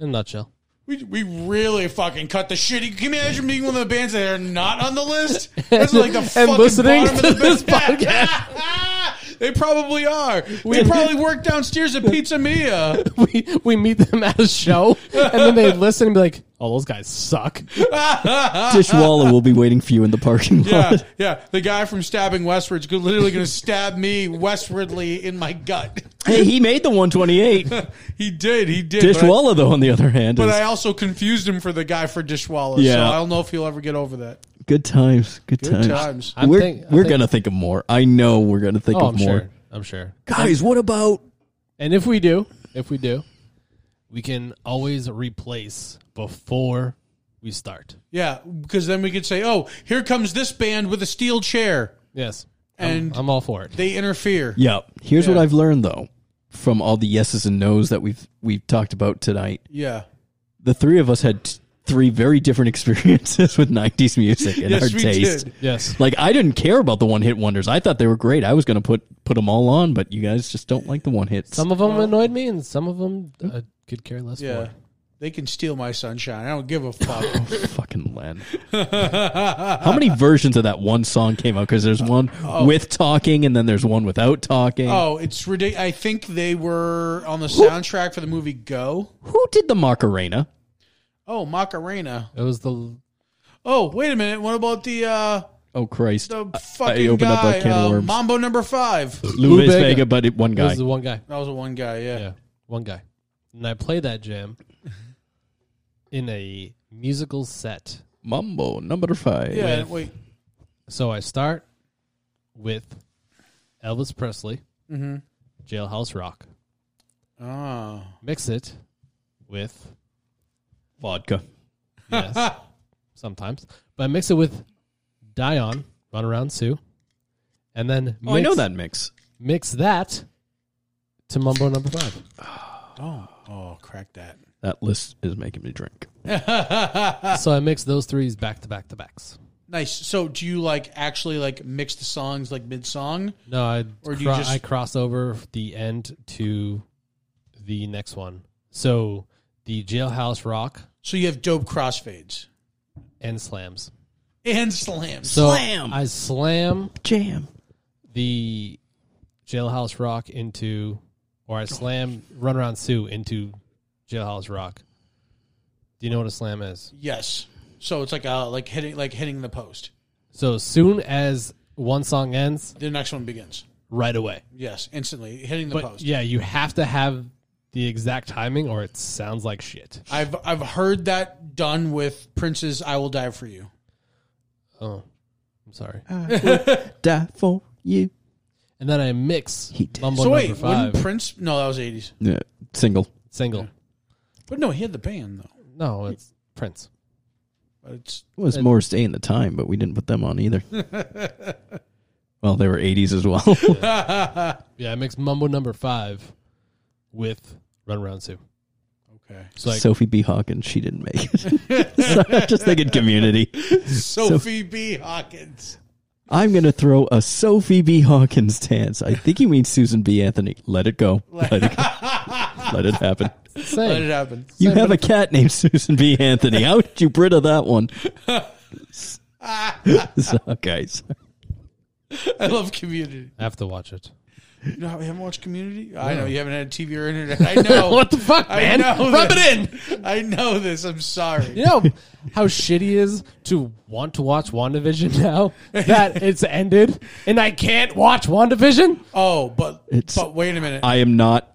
[SPEAKER 5] In a nutshell.
[SPEAKER 4] We, we really fucking cut the shit. Can you imagine being one of the bands that are not on the list? That's like the fucking
[SPEAKER 5] listening
[SPEAKER 4] bottom
[SPEAKER 5] to
[SPEAKER 4] of the
[SPEAKER 5] this
[SPEAKER 4] podcast. they probably are. We probably work downstairs at Pizza Mia.
[SPEAKER 5] We we meet them at a show, and then they listen and be like, "Oh, those guys suck."
[SPEAKER 3] Dishwalla will be waiting for you in the parking lot.
[SPEAKER 4] Yeah, yeah. The guy from Stabbing Westward's go- literally going to stab me westwardly in my gut.
[SPEAKER 3] Hey, he made the 128.
[SPEAKER 4] He did. He did. but I-
[SPEAKER 3] Dishwalla, though, on the other hand,
[SPEAKER 4] But
[SPEAKER 3] is
[SPEAKER 4] I also confused him for the guy for Dishwalla, so
[SPEAKER 3] Yeah.
[SPEAKER 4] I don't know if he'll ever get over that.
[SPEAKER 3] good times. Good,
[SPEAKER 4] Good
[SPEAKER 3] times.
[SPEAKER 4] times.
[SPEAKER 5] I'm
[SPEAKER 3] we're
[SPEAKER 5] think- I
[SPEAKER 3] we're
[SPEAKER 5] think-
[SPEAKER 3] gonna think of more. I know we're gonna think
[SPEAKER 5] Oh,
[SPEAKER 3] of
[SPEAKER 5] I'm
[SPEAKER 3] more.
[SPEAKER 5] sure. I'm sure.
[SPEAKER 3] Guys, what about?
[SPEAKER 5] And if we do, if we do, we can always replace before we start.
[SPEAKER 4] Yeah, because then we could say, "Oh, here comes this band with a steel chair,"
[SPEAKER 5] Yes.
[SPEAKER 4] and
[SPEAKER 5] I'm all for it.
[SPEAKER 4] they interfere.
[SPEAKER 3] Yeah. Here's what
[SPEAKER 4] Yeah.
[SPEAKER 3] I've learned though, from all the yeses and nos that we've we've talked about tonight.
[SPEAKER 4] Yeah.
[SPEAKER 3] The three of us had t- three very different experiences with 90s music and
[SPEAKER 4] Yes,
[SPEAKER 3] our
[SPEAKER 4] we
[SPEAKER 3] taste.
[SPEAKER 4] did.
[SPEAKER 5] Yes.
[SPEAKER 3] Like I didn't care about the one hit wonders. I thought they were great. I was gonna put put them all on, but you guys just don't like the one hits.
[SPEAKER 5] Some of them annoyed me, and some of them I could care less
[SPEAKER 4] Hmm? Yeah.
[SPEAKER 5] for.
[SPEAKER 4] They can steal my sunshine. I don't give a fuck.
[SPEAKER 3] Fucking Len. How many versions of that one song came out? Because there's one with talking, and then there's one without talking.
[SPEAKER 4] oh, it's ridiculous. I think they were on the soundtrack for the movie Go.
[SPEAKER 3] Who did the Macarena?
[SPEAKER 4] Oh, Macarena.
[SPEAKER 5] It was the
[SPEAKER 4] Oh, wait a minute. What about the uh
[SPEAKER 3] Oh Christ!
[SPEAKER 4] the
[SPEAKER 3] I
[SPEAKER 4] fucking
[SPEAKER 3] opened up
[SPEAKER 4] guy
[SPEAKER 3] a can of
[SPEAKER 4] uh,
[SPEAKER 3] worms.
[SPEAKER 4] Mambo number 5?
[SPEAKER 3] Lou Vega,
[SPEAKER 5] Vega.
[SPEAKER 3] Vega, but it, one
[SPEAKER 5] it
[SPEAKER 3] guy.
[SPEAKER 5] was the one guy.
[SPEAKER 4] That was the one guy, yeah.
[SPEAKER 5] Yeah, one guy. And I played that jam in a musical set.
[SPEAKER 3] Mumbo number five.
[SPEAKER 4] Yeah, wait.
[SPEAKER 5] So I start with Elvis Presley, Jailhouse Rock.
[SPEAKER 4] Oh.
[SPEAKER 5] Mix it with
[SPEAKER 3] Vodka.
[SPEAKER 5] yes, sometimes, but I mix it with Dion, Run Around Sue, and then mix,
[SPEAKER 3] Oh, I know that mix.
[SPEAKER 5] Mix that to Mumbo Number Five.
[SPEAKER 4] Oh. Oh, crack that.
[SPEAKER 3] That list is making me drink.
[SPEAKER 5] So I mix those threes back to back to backs.
[SPEAKER 4] Nice. So, do you like actually like mix the songs like mid song?
[SPEAKER 5] No, I
[SPEAKER 4] Or
[SPEAKER 5] or
[SPEAKER 4] do you just-
[SPEAKER 5] I cross over the end to the next one. So the jailhouse rock
[SPEAKER 4] So you have dope crossfades
[SPEAKER 5] and slams.
[SPEAKER 4] and slams.
[SPEAKER 5] So
[SPEAKER 3] Slam!
[SPEAKER 5] I slam
[SPEAKER 3] Jam.
[SPEAKER 5] the jailhouse rock into, or I slam run around Sue into jailhouse rock. Do you know what a slam is?
[SPEAKER 4] yes. So it's like uh like hitting like hitting the post.
[SPEAKER 5] So as soon as one song ends,
[SPEAKER 4] The next one begins.
[SPEAKER 5] right away.
[SPEAKER 4] Yes, instantly hitting the
[SPEAKER 5] But
[SPEAKER 4] post.
[SPEAKER 5] yeah, you have to have the exact timing, or it sounds like shit.
[SPEAKER 4] I've I've heard that done with Prince's "I Will Die for You."
[SPEAKER 5] Oh, I'm sorry.
[SPEAKER 3] Die for you.
[SPEAKER 5] and then I mix
[SPEAKER 3] He did.
[SPEAKER 5] Mumble
[SPEAKER 4] So
[SPEAKER 5] Number
[SPEAKER 4] wait,
[SPEAKER 5] Five
[SPEAKER 4] wouldn't Prince? No, that was eighties.
[SPEAKER 3] Yeah. Single.
[SPEAKER 5] single.
[SPEAKER 4] But no, he had the band though.
[SPEAKER 5] No, it's Prince.
[SPEAKER 4] But it's
[SPEAKER 3] It was Morris Day in the time, but we didn't put them on either. well, they were 80s as well.
[SPEAKER 5] Yeah, I mix Mumble Number Five with Run Around Sue.
[SPEAKER 4] okay.
[SPEAKER 5] It's like
[SPEAKER 3] Sophie B. Hawkins, she didn't make it. so I'm just thinking community.
[SPEAKER 4] Sophie B. Hawkins.
[SPEAKER 3] I'm going to throw a Sophie B. Hawkins dance. I think he means Susan B. Anthony. Let it go. Let it, go. Let it happen.
[SPEAKER 5] Same.
[SPEAKER 4] Let it happen.
[SPEAKER 3] You have a cat named Susan B. Anthony. How did you Brita that one? so, guys,
[SPEAKER 4] I love Community.
[SPEAKER 5] I have to watch it.
[SPEAKER 4] You know how we haven't watched Community? I know you haven't had TV or internet. I know. what the
[SPEAKER 5] fuck, man? Rub it
[SPEAKER 4] in. I know this. I'm sorry.
[SPEAKER 5] You know how shitty it is to want to watch WandaVision now that it's ended and I can't watch WandaVision?
[SPEAKER 4] Oh, but
[SPEAKER 3] It's-
[SPEAKER 4] but wait a minute.
[SPEAKER 3] I am not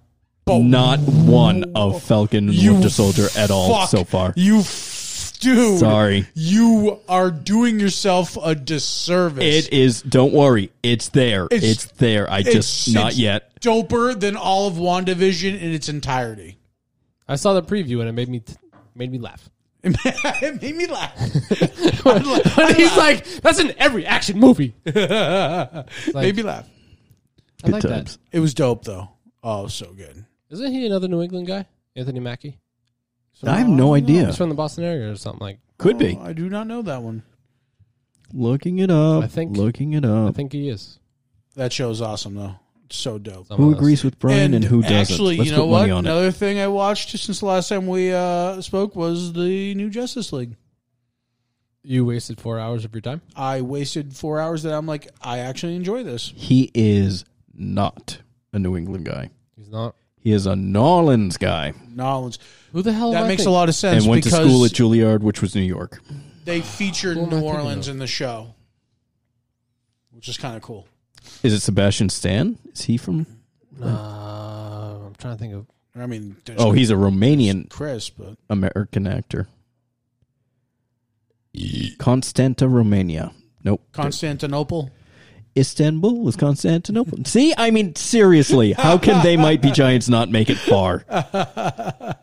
[SPEAKER 3] not one of Falcon and Winter Soldier at all
[SPEAKER 4] fuck.
[SPEAKER 3] so far.
[SPEAKER 4] You f- dude.
[SPEAKER 3] Sorry.
[SPEAKER 4] You are doing yourself a disservice.
[SPEAKER 3] It is. Don't worry. It's there. It's,
[SPEAKER 4] It's-
[SPEAKER 3] there. I just
[SPEAKER 4] It's-
[SPEAKER 3] not
[SPEAKER 4] it's
[SPEAKER 3] yet.
[SPEAKER 4] Doper than all of WandaVision in its entirety.
[SPEAKER 5] I saw the preview and it made me t- made me laugh.
[SPEAKER 4] it made me laugh.
[SPEAKER 5] But he's like, that's in every action movie.
[SPEAKER 4] made me laugh.
[SPEAKER 5] I like
[SPEAKER 3] times.
[SPEAKER 4] It was dope though. Oh, so good.
[SPEAKER 5] that. Isn't he another New England guy? Anthony Mackie?
[SPEAKER 3] I have no idea.
[SPEAKER 5] He's from the Boston area or something like.
[SPEAKER 3] Could be
[SPEAKER 4] Oh, I do not know that one.
[SPEAKER 3] looking it up.
[SPEAKER 5] I think-
[SPEAKER 3] looking it
[SPEAKER 5] I
[SPEAKER 3] up.
[SPEAKER 5] think he is.
[SPEAKER 4] That show is awesome though. It's so dope.
[SPEAKER 3] who
[SPEAKER 5] Someone else.
[SPEAKER 3] agrees with Brian and, who doesn't?
[SPEAKER 4] Actually,
[SPEAKER 3] Let's
[SPEAKER 4] you know
[SPEAKER 3] put
[SPEAKER 4] what?
[SPEAKER 3] money on it.
[SPEAKER 4] Another thing I watched since the last time we uh, spoke was the new Justice League.
[SPEAKER 5] You wasted four hours of your time.
[SPEAKER 4] I wasted four hours that I'm like, I actually enjoy this.
[SPEAKER 3] He is not a New England guy.
[SPEAKER 5] He's not.
[SPEAKER 3] He is a New Orleans guy
[SPEAKER 4] Knowledge.
[SPEAKER 5] Who the hell? am
[SPEAKER 4] That
[SPEAKER 5] I
[SPEAKER 4] makes a
[SPEAKER 5] thinking?
[SPEAKER 4] lot of sense
[SPEAKER 3] and went to
[SPEAKER 4] because
[SPEAKER 3] school at Juilliard, which was New York.
[SPEAKER 4] they featured
[SPEAKER 5] Who am I
[SPEAKER 4] New
[SPEAKER 5] thinking
[SPEAKER 4] Orleans
[SPEAKER 5] of?
[SPEAKER 4] in the show, which is kind of cool.
[SPEAKER 3] Is it Sebastian Stan? Is he from?
[SPEAKER 5] Uh, I'm trying to think of.
[SPEAKER 4] I mean, there's
[SPEAKER 3] Oh, he's a Romanian
[SPEAKER 4] Chris, but
[SPEAKER 3] American actor. Constanta, Romania. Nope.
[SPEAKER 4] Constantinople.
[SPEAKER 3] Istanbul was Constantinople. See, I mean, seriously, how can they might be giants not make it far? I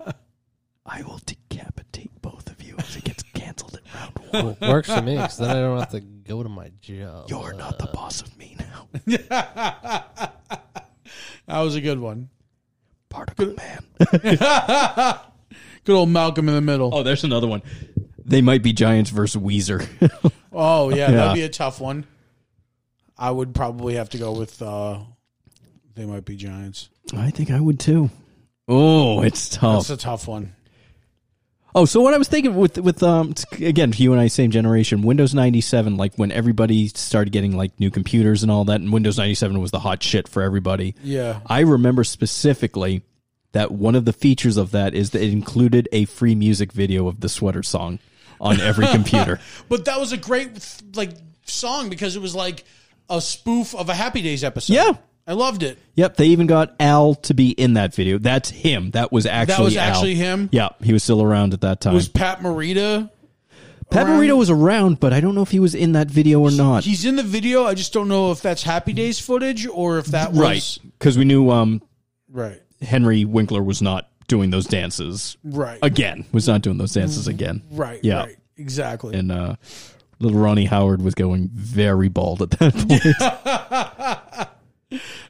[SPEAKER 3] will decapitate both of you if it gets canceled in round one.
[SPEAKER 5] Well, it works for me because then I don't have to go to my job.
[SPEAKER 3] You're not the boss of me now,
[SPEAKER 4] That was a good one.
[SPEAKER 3] particle man.
[SPEAKER 4] Good old Malcolm in the Middle.
[SPEAKER 3] Oh, there's another one. They might be giants versus Weezer.
[SPEAKER 4] Oh, yeah,
[SPEAKER 3] Yeah.
[SPEAKER 4] that'd be a tough one. I would probably have to go with uh, they might be giants.
[SPEAKER 3] I think I would too. Oh, it's tough.
[SPEAKER 4] That's a tough one.
[SPEAKER 3] Oh, so what I was thinking with with um t- again you and I same generation Windows ninety seven like when everybody started getting like new computers and all that and Windows ninety seven was the hot shit for everybody.
[SPEAKER 4] Yeah.
[SPEAKER 3] I remember specifically that one of the features of that is that it included a free music video of the sweater song on every computer.
[SPEAKER 4] But that was a great like song because it was like a spoof of a Happy Days episode.
[SPEAKER 3] Yeah.
[SPEAKER 4] I loved it.
[SPEAKER 3] Yep, they even got Al to be in that video. That's him. That was actually
[SPEAKER 4] was
[SPEAKER 3] Al.
[SPEAKER 4] actually him?
[SPEAKER 3] Yeah, he was still around at that time.
[SPEAKER 4] Was Pat Morita?
[SPEAKER 3] Pat
[SPEAKER 4] around?
[SPEAKER 3] Morita was around, but I don't know if he was in that video or not.
[SPEAKER 4] He's in the video. I just don't know if that's Happy Days footage or if that
[SPEAKER 3] right,
[SPEAKER 4] was
[SPEAKER 3] because we knew um,
[SPEAKER 4] right,
[SPEAKER 3] Henry Winkler was not doing those dances
[SPEAKER 4] right,
[SPEAKER 3] again. Was not doing those dances again.
[SPEAKER 4] Mm-hmm. right,
[SPEAKER 3] Yeah.
[SPEAKER 4] right. Exactly.
[SPEAKER 3] And uh, little Ronnie Howard was going very bald at that point.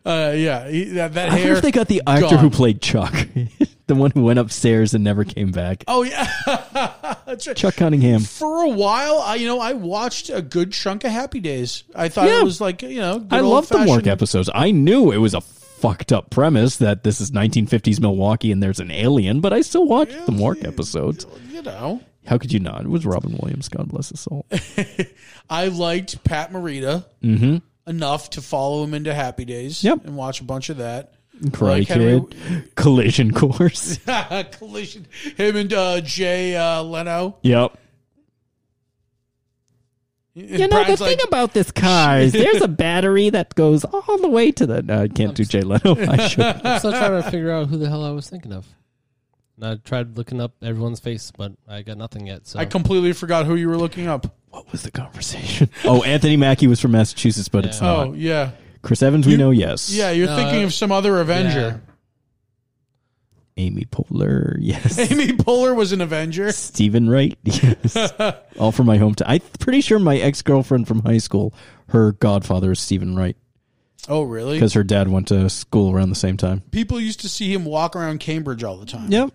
[SPEAKER 4] uh, yeah, he, that, that
[SPEAKER 3] I wonder
[SPEAKER 4] hair.
[SPEAKER 3] if they got the actor who
[SPEAKER 4] gone.
[SPEAKER 3] played Chuck, the one who went upstairs and never came back.
[SPEAKER 4] oh yeah, that's right.
[SPEAKER 3] Chuck Cunningham.
[SPEAKER 4] For a while, I you know I watched a good chunk of Happy Days. I thought
[SPEAKER 3] Yeah.
[SPEAKER 4] it was like you know good
[SPEAKER 3] I love the Mork
[SPEAKER 4] old-fashioned-
[SPEAKER 3] episodes. I knew it was a fucked up premise that this is 1950s Milwaukee and there's an alien, but I still watched the Mork episodes.
[SPEAKER 4] You know,
[SPEAKER 3] How could you not? It was Robin Williams. God bless his soul.
[SPEAKER 4] I liked Pat Morita enough to follow him into Happy Days.
[SPEAKER 3] Mm-hmm. Yep.
[SPEAKER 4] and watch a bunch of that.
[SPEAKER 3] Karate
[SPEAKER 4] Like Henry-
[SPEAKER 3] Kid, Collision Course.
[SPEAKER 4] Collision. Him and uh, Jay uh, Leno.
[SPEAKER 3] yep.
[SPEAKER 4] You
[SPEAKER 3] about this car is there's a battery that goes all the way to the. No, I can't do Jay Leno. I should.
[SPEAKER 5] I'm still trying to figure out who the hell I was thinking of. And I tried looking up everyone's face, but I got nothing yet. So
[SPEAKER 4] I completely forgot who you were looking up.
[SPEAKER 3] What was the conversation? Oh, Anthony Mackie was from Massachusetts, but it's
[SPEAKER 5] Yeah.
[SPEAKER 3] not.
[SPEAKER 4] Oh yeah,
[SPEAKER 3] Chris Evans, we
[SPEAKER 4] You-
[SPEAKER 3] know, yes.
[SPEAKER 4] yeah. You're
[SPEAKER 5] No,
[SPEAKER 4] thinking
[SPEAKER 5] uh,
[SPEAKER 4] of some other Avenger.
[SPEAKER 3] Amy Poehler, yes.
[SPEAKER 4] Amy Poehler was an Avenger.
[SPEAKER 3] Stephen Wright. Yes. All from my hometown. I'm pretty sure my ex girlfriend from high school, her godfather is Stephen Wright
[SPEAKER 4] Oh really?
[SPEAKER 3] because her dad went to school around the same time.
[SPEAKER 4] People used to see him walk around Cambridge all the time.
[SPEAKER 3] Yep.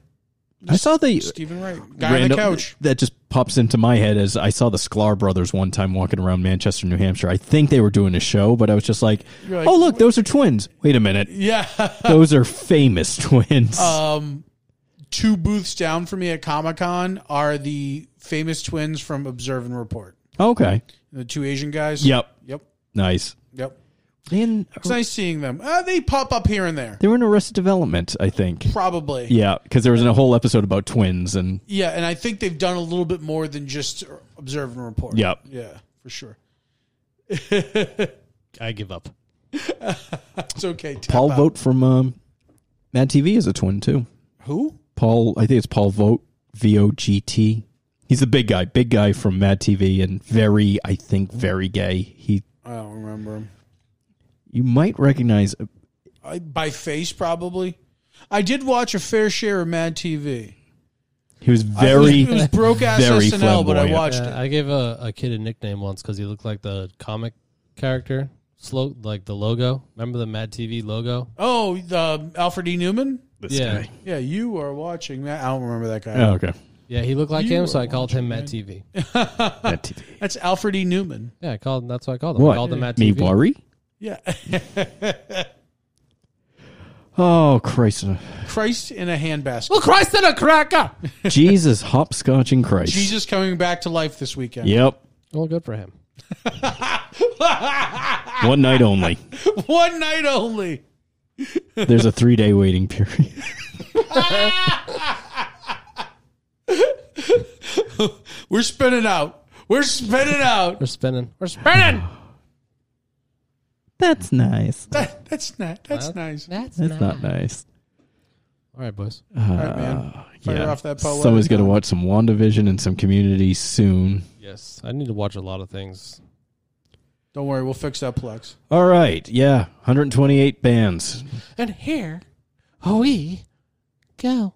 [SPEAKER 3] I saw the
[SPEAKER 4] Stephen Wright, guy on the
[SPEAKER 3] random-
[SPEAKER 4] couch.
[SPEAKER 3] that just pops into my head as I saw the Sklar brothers one time walking around Manchester, New Hampshire. I think they were doing a show, but I was just like,
[SPEAKER 4] You're like,
[SPEAKER 3] oh, look, those are twins. Wait a minute.
[SPEAKER 4] Yeah. Uh,
[SPEAKER 3] Those are famous twins.
[SPEAKER 4] Um, two booths down from me at Comic Con are the famous twins from Observe and Report.
[SPEAKER 3] Okay.
[SPEAKER 4] The two Asian guys.
[SPEAKER 3] Yep.
[SPEAKER 4] Yep.
[SPEAKER 3] Nice.
[SPEAKER 4] Yep.
[SPEAKER 3] In,
[SPEAKER 4] It's nice seeing them. Uh, they pop up here and there.
[SPEAKER 3] they were in Arrested Development, I think.
[SPEAKER 4] Probably.
[SPEAKER 3] Yeah, because there was a whole episode about twins and
[SPEAKER 4] Yeah, and I think they've done a little bit more than just observe and report.
[SPEAKER 3] Yep.
[SPEAKER 4] Yeah, for sure.
[SPEAKER 5] I give up.
[SPEAKER 4] It's okay. tap
[SPEAKER 3] Paul
[SPEAKER 4] out.
[SPEAKER 3] Vote from um, Mad TV is a twin too.
[SPEAKER 4] Who?
[SPEAKER 3] Paul, I think it's Paul Vote, V O G T. He's the big guy, big guy from Mad TV, and very, I think, very gay. He,
[SPEAKER 4] I don't remember him.
[SPEAKER 3] you might recognize. uh,
[SPEAKER 4] I, by face, probably. I did watch a fair share of Mad TV.
[SPEAKER 3] He was
[SPEAKER 4] I-
[SPEAKER 3] very,
[SPEAKER 4] it was broke ass
[SPEAKER 3] very
[SPEAKER 4] SNL, but I
[SPEAKER 3] flamboyant.
[SPEAKER 4] watched
[SPEAKER 5] Yeah,
[SPEAKER 4] it.
[SPEAKER 5] I gave a, a kid a nickname once because he looked like the comic character, slow like the logo. Remember the Mad TV logo?
[SPEAKER 4] Oh, the Alfred E. Newman.
[SPEAKER 3] this
[SPEAKER 5] yeah,
[SPEAKER 3] guy.
[SPEAKER 4] Yeah, you are watching. Mad- I don't remember that guy.
[SPEAKER 3] Oh, okay,
[SPEAKER 5] yeah, he looked like
[SPEAKER 4] You
[SPEAKER 5] him, so
[SPEAKER 4] were
[SPEAKER 5] I called him Mad TV.
[SPEAKER 3] Mad TV.
[SPEAKER 4] That's Alfred E. Newman.
[SPEAKER 5] Yeah, I called. That's what I called him. I
[SPEAKER 3] What?
[SPEAKER 5] called him Mad
[SPEAKER 3] Me
[SPEAKER 5] TV.
[SPEAKER 3] worry?
[SPEAKER 4] Yeah,
[SPEAKER 3] Oh Christ!
[SPEAKER 4] Christ in a handbasket.
[SPEAKER 5] Well, Christ in a cracker.
[SPEAKER 3] Jesus, hopscotch and Christ.
[SPEAKER 4] Jesus coming back to life this weekend.
[SPEAKER 3] Yep.
[SPEAKER 5] Well, good for him.
[SPEAKER 3] One night only.
[SPEAKER 4] One night only.
[SPEAKER 3] There's a three day waiting period.
[SPEAKER 4] We're spinning out. We're spinning out.
[SPEAKER 5] We're spinning. We're spinning.
[SPEAKER 3] That's nice.
[SPEAKER 4] That, that's not. That's nice.
[SPEAKER 5] That's,
[SPEAKER 3] That's not nice.
[SPEAKER 5] All right, boys.
[SPEAKER 4] All right,
[SPEAKER 3] Uh,
[SPEAKER 4] man. Fire off that poet.
[SPEAKER 3] Someone's going to watch some WandaVision and some Community soon.
[SPEAKER 5] Yes, I need to watch a lot of things.
[SPEAKER 4] Don't worry, we'll fix that Plex.
[SPEAKER 3] All right. Yeah. 128 bands.
[SPEAKER 5] And here, we go.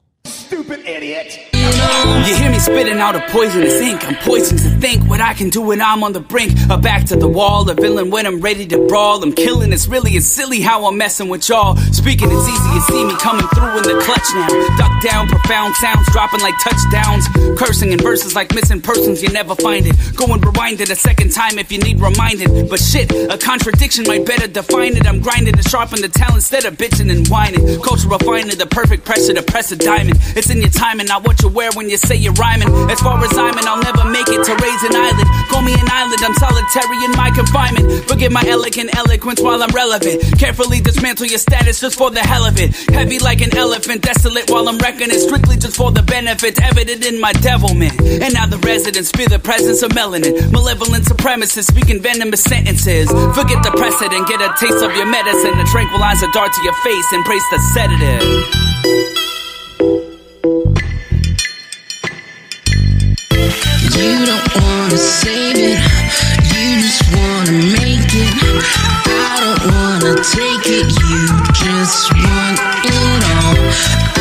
[SPEAKER 2] You hear me spitting out a poisonous ink. I'm poisoned to think what I can do when I'm on the brink. A back to the wall, a villain when I'm ready to brawl. I'm killing. It's really it's silly how I'm messing with y'all. Speaking, it's easy to see me coming through in the clutch now. Duck down, profound sounds dropping like touchdowns. Cursing in verses like missing persons, you never find it. Go and rewind it a second time if you need reminded. But shit, a contradiction might better define it. I'm grinding to sharpen the talent instead of bitching and whining. Culture refining the perfect pressure to press a diamond. It's in your timing, not what you wear when you say you're rhyming. As far as I'm in, I'll never make it to raise an island. Call me an island, I'm solitary in my confinement. Forget my elegant eloquence while I'm relevant. Carefully dismantle your status just for the hell of it. Heavy like an elephant, desolate while I'm wrecking it. Strictly just for the benefit, evident in my devilment. And now the residents fear the presence of melanin. Malevolent supremacists speaking venomous sentences. Forget the precedent, get a taste of your medicine. A tranquilizer dart to your face, embrace the sedative.
[SPEAKER 8] You don't wanna save it, you just wanna make it. I don't wanna take it, you just want it all.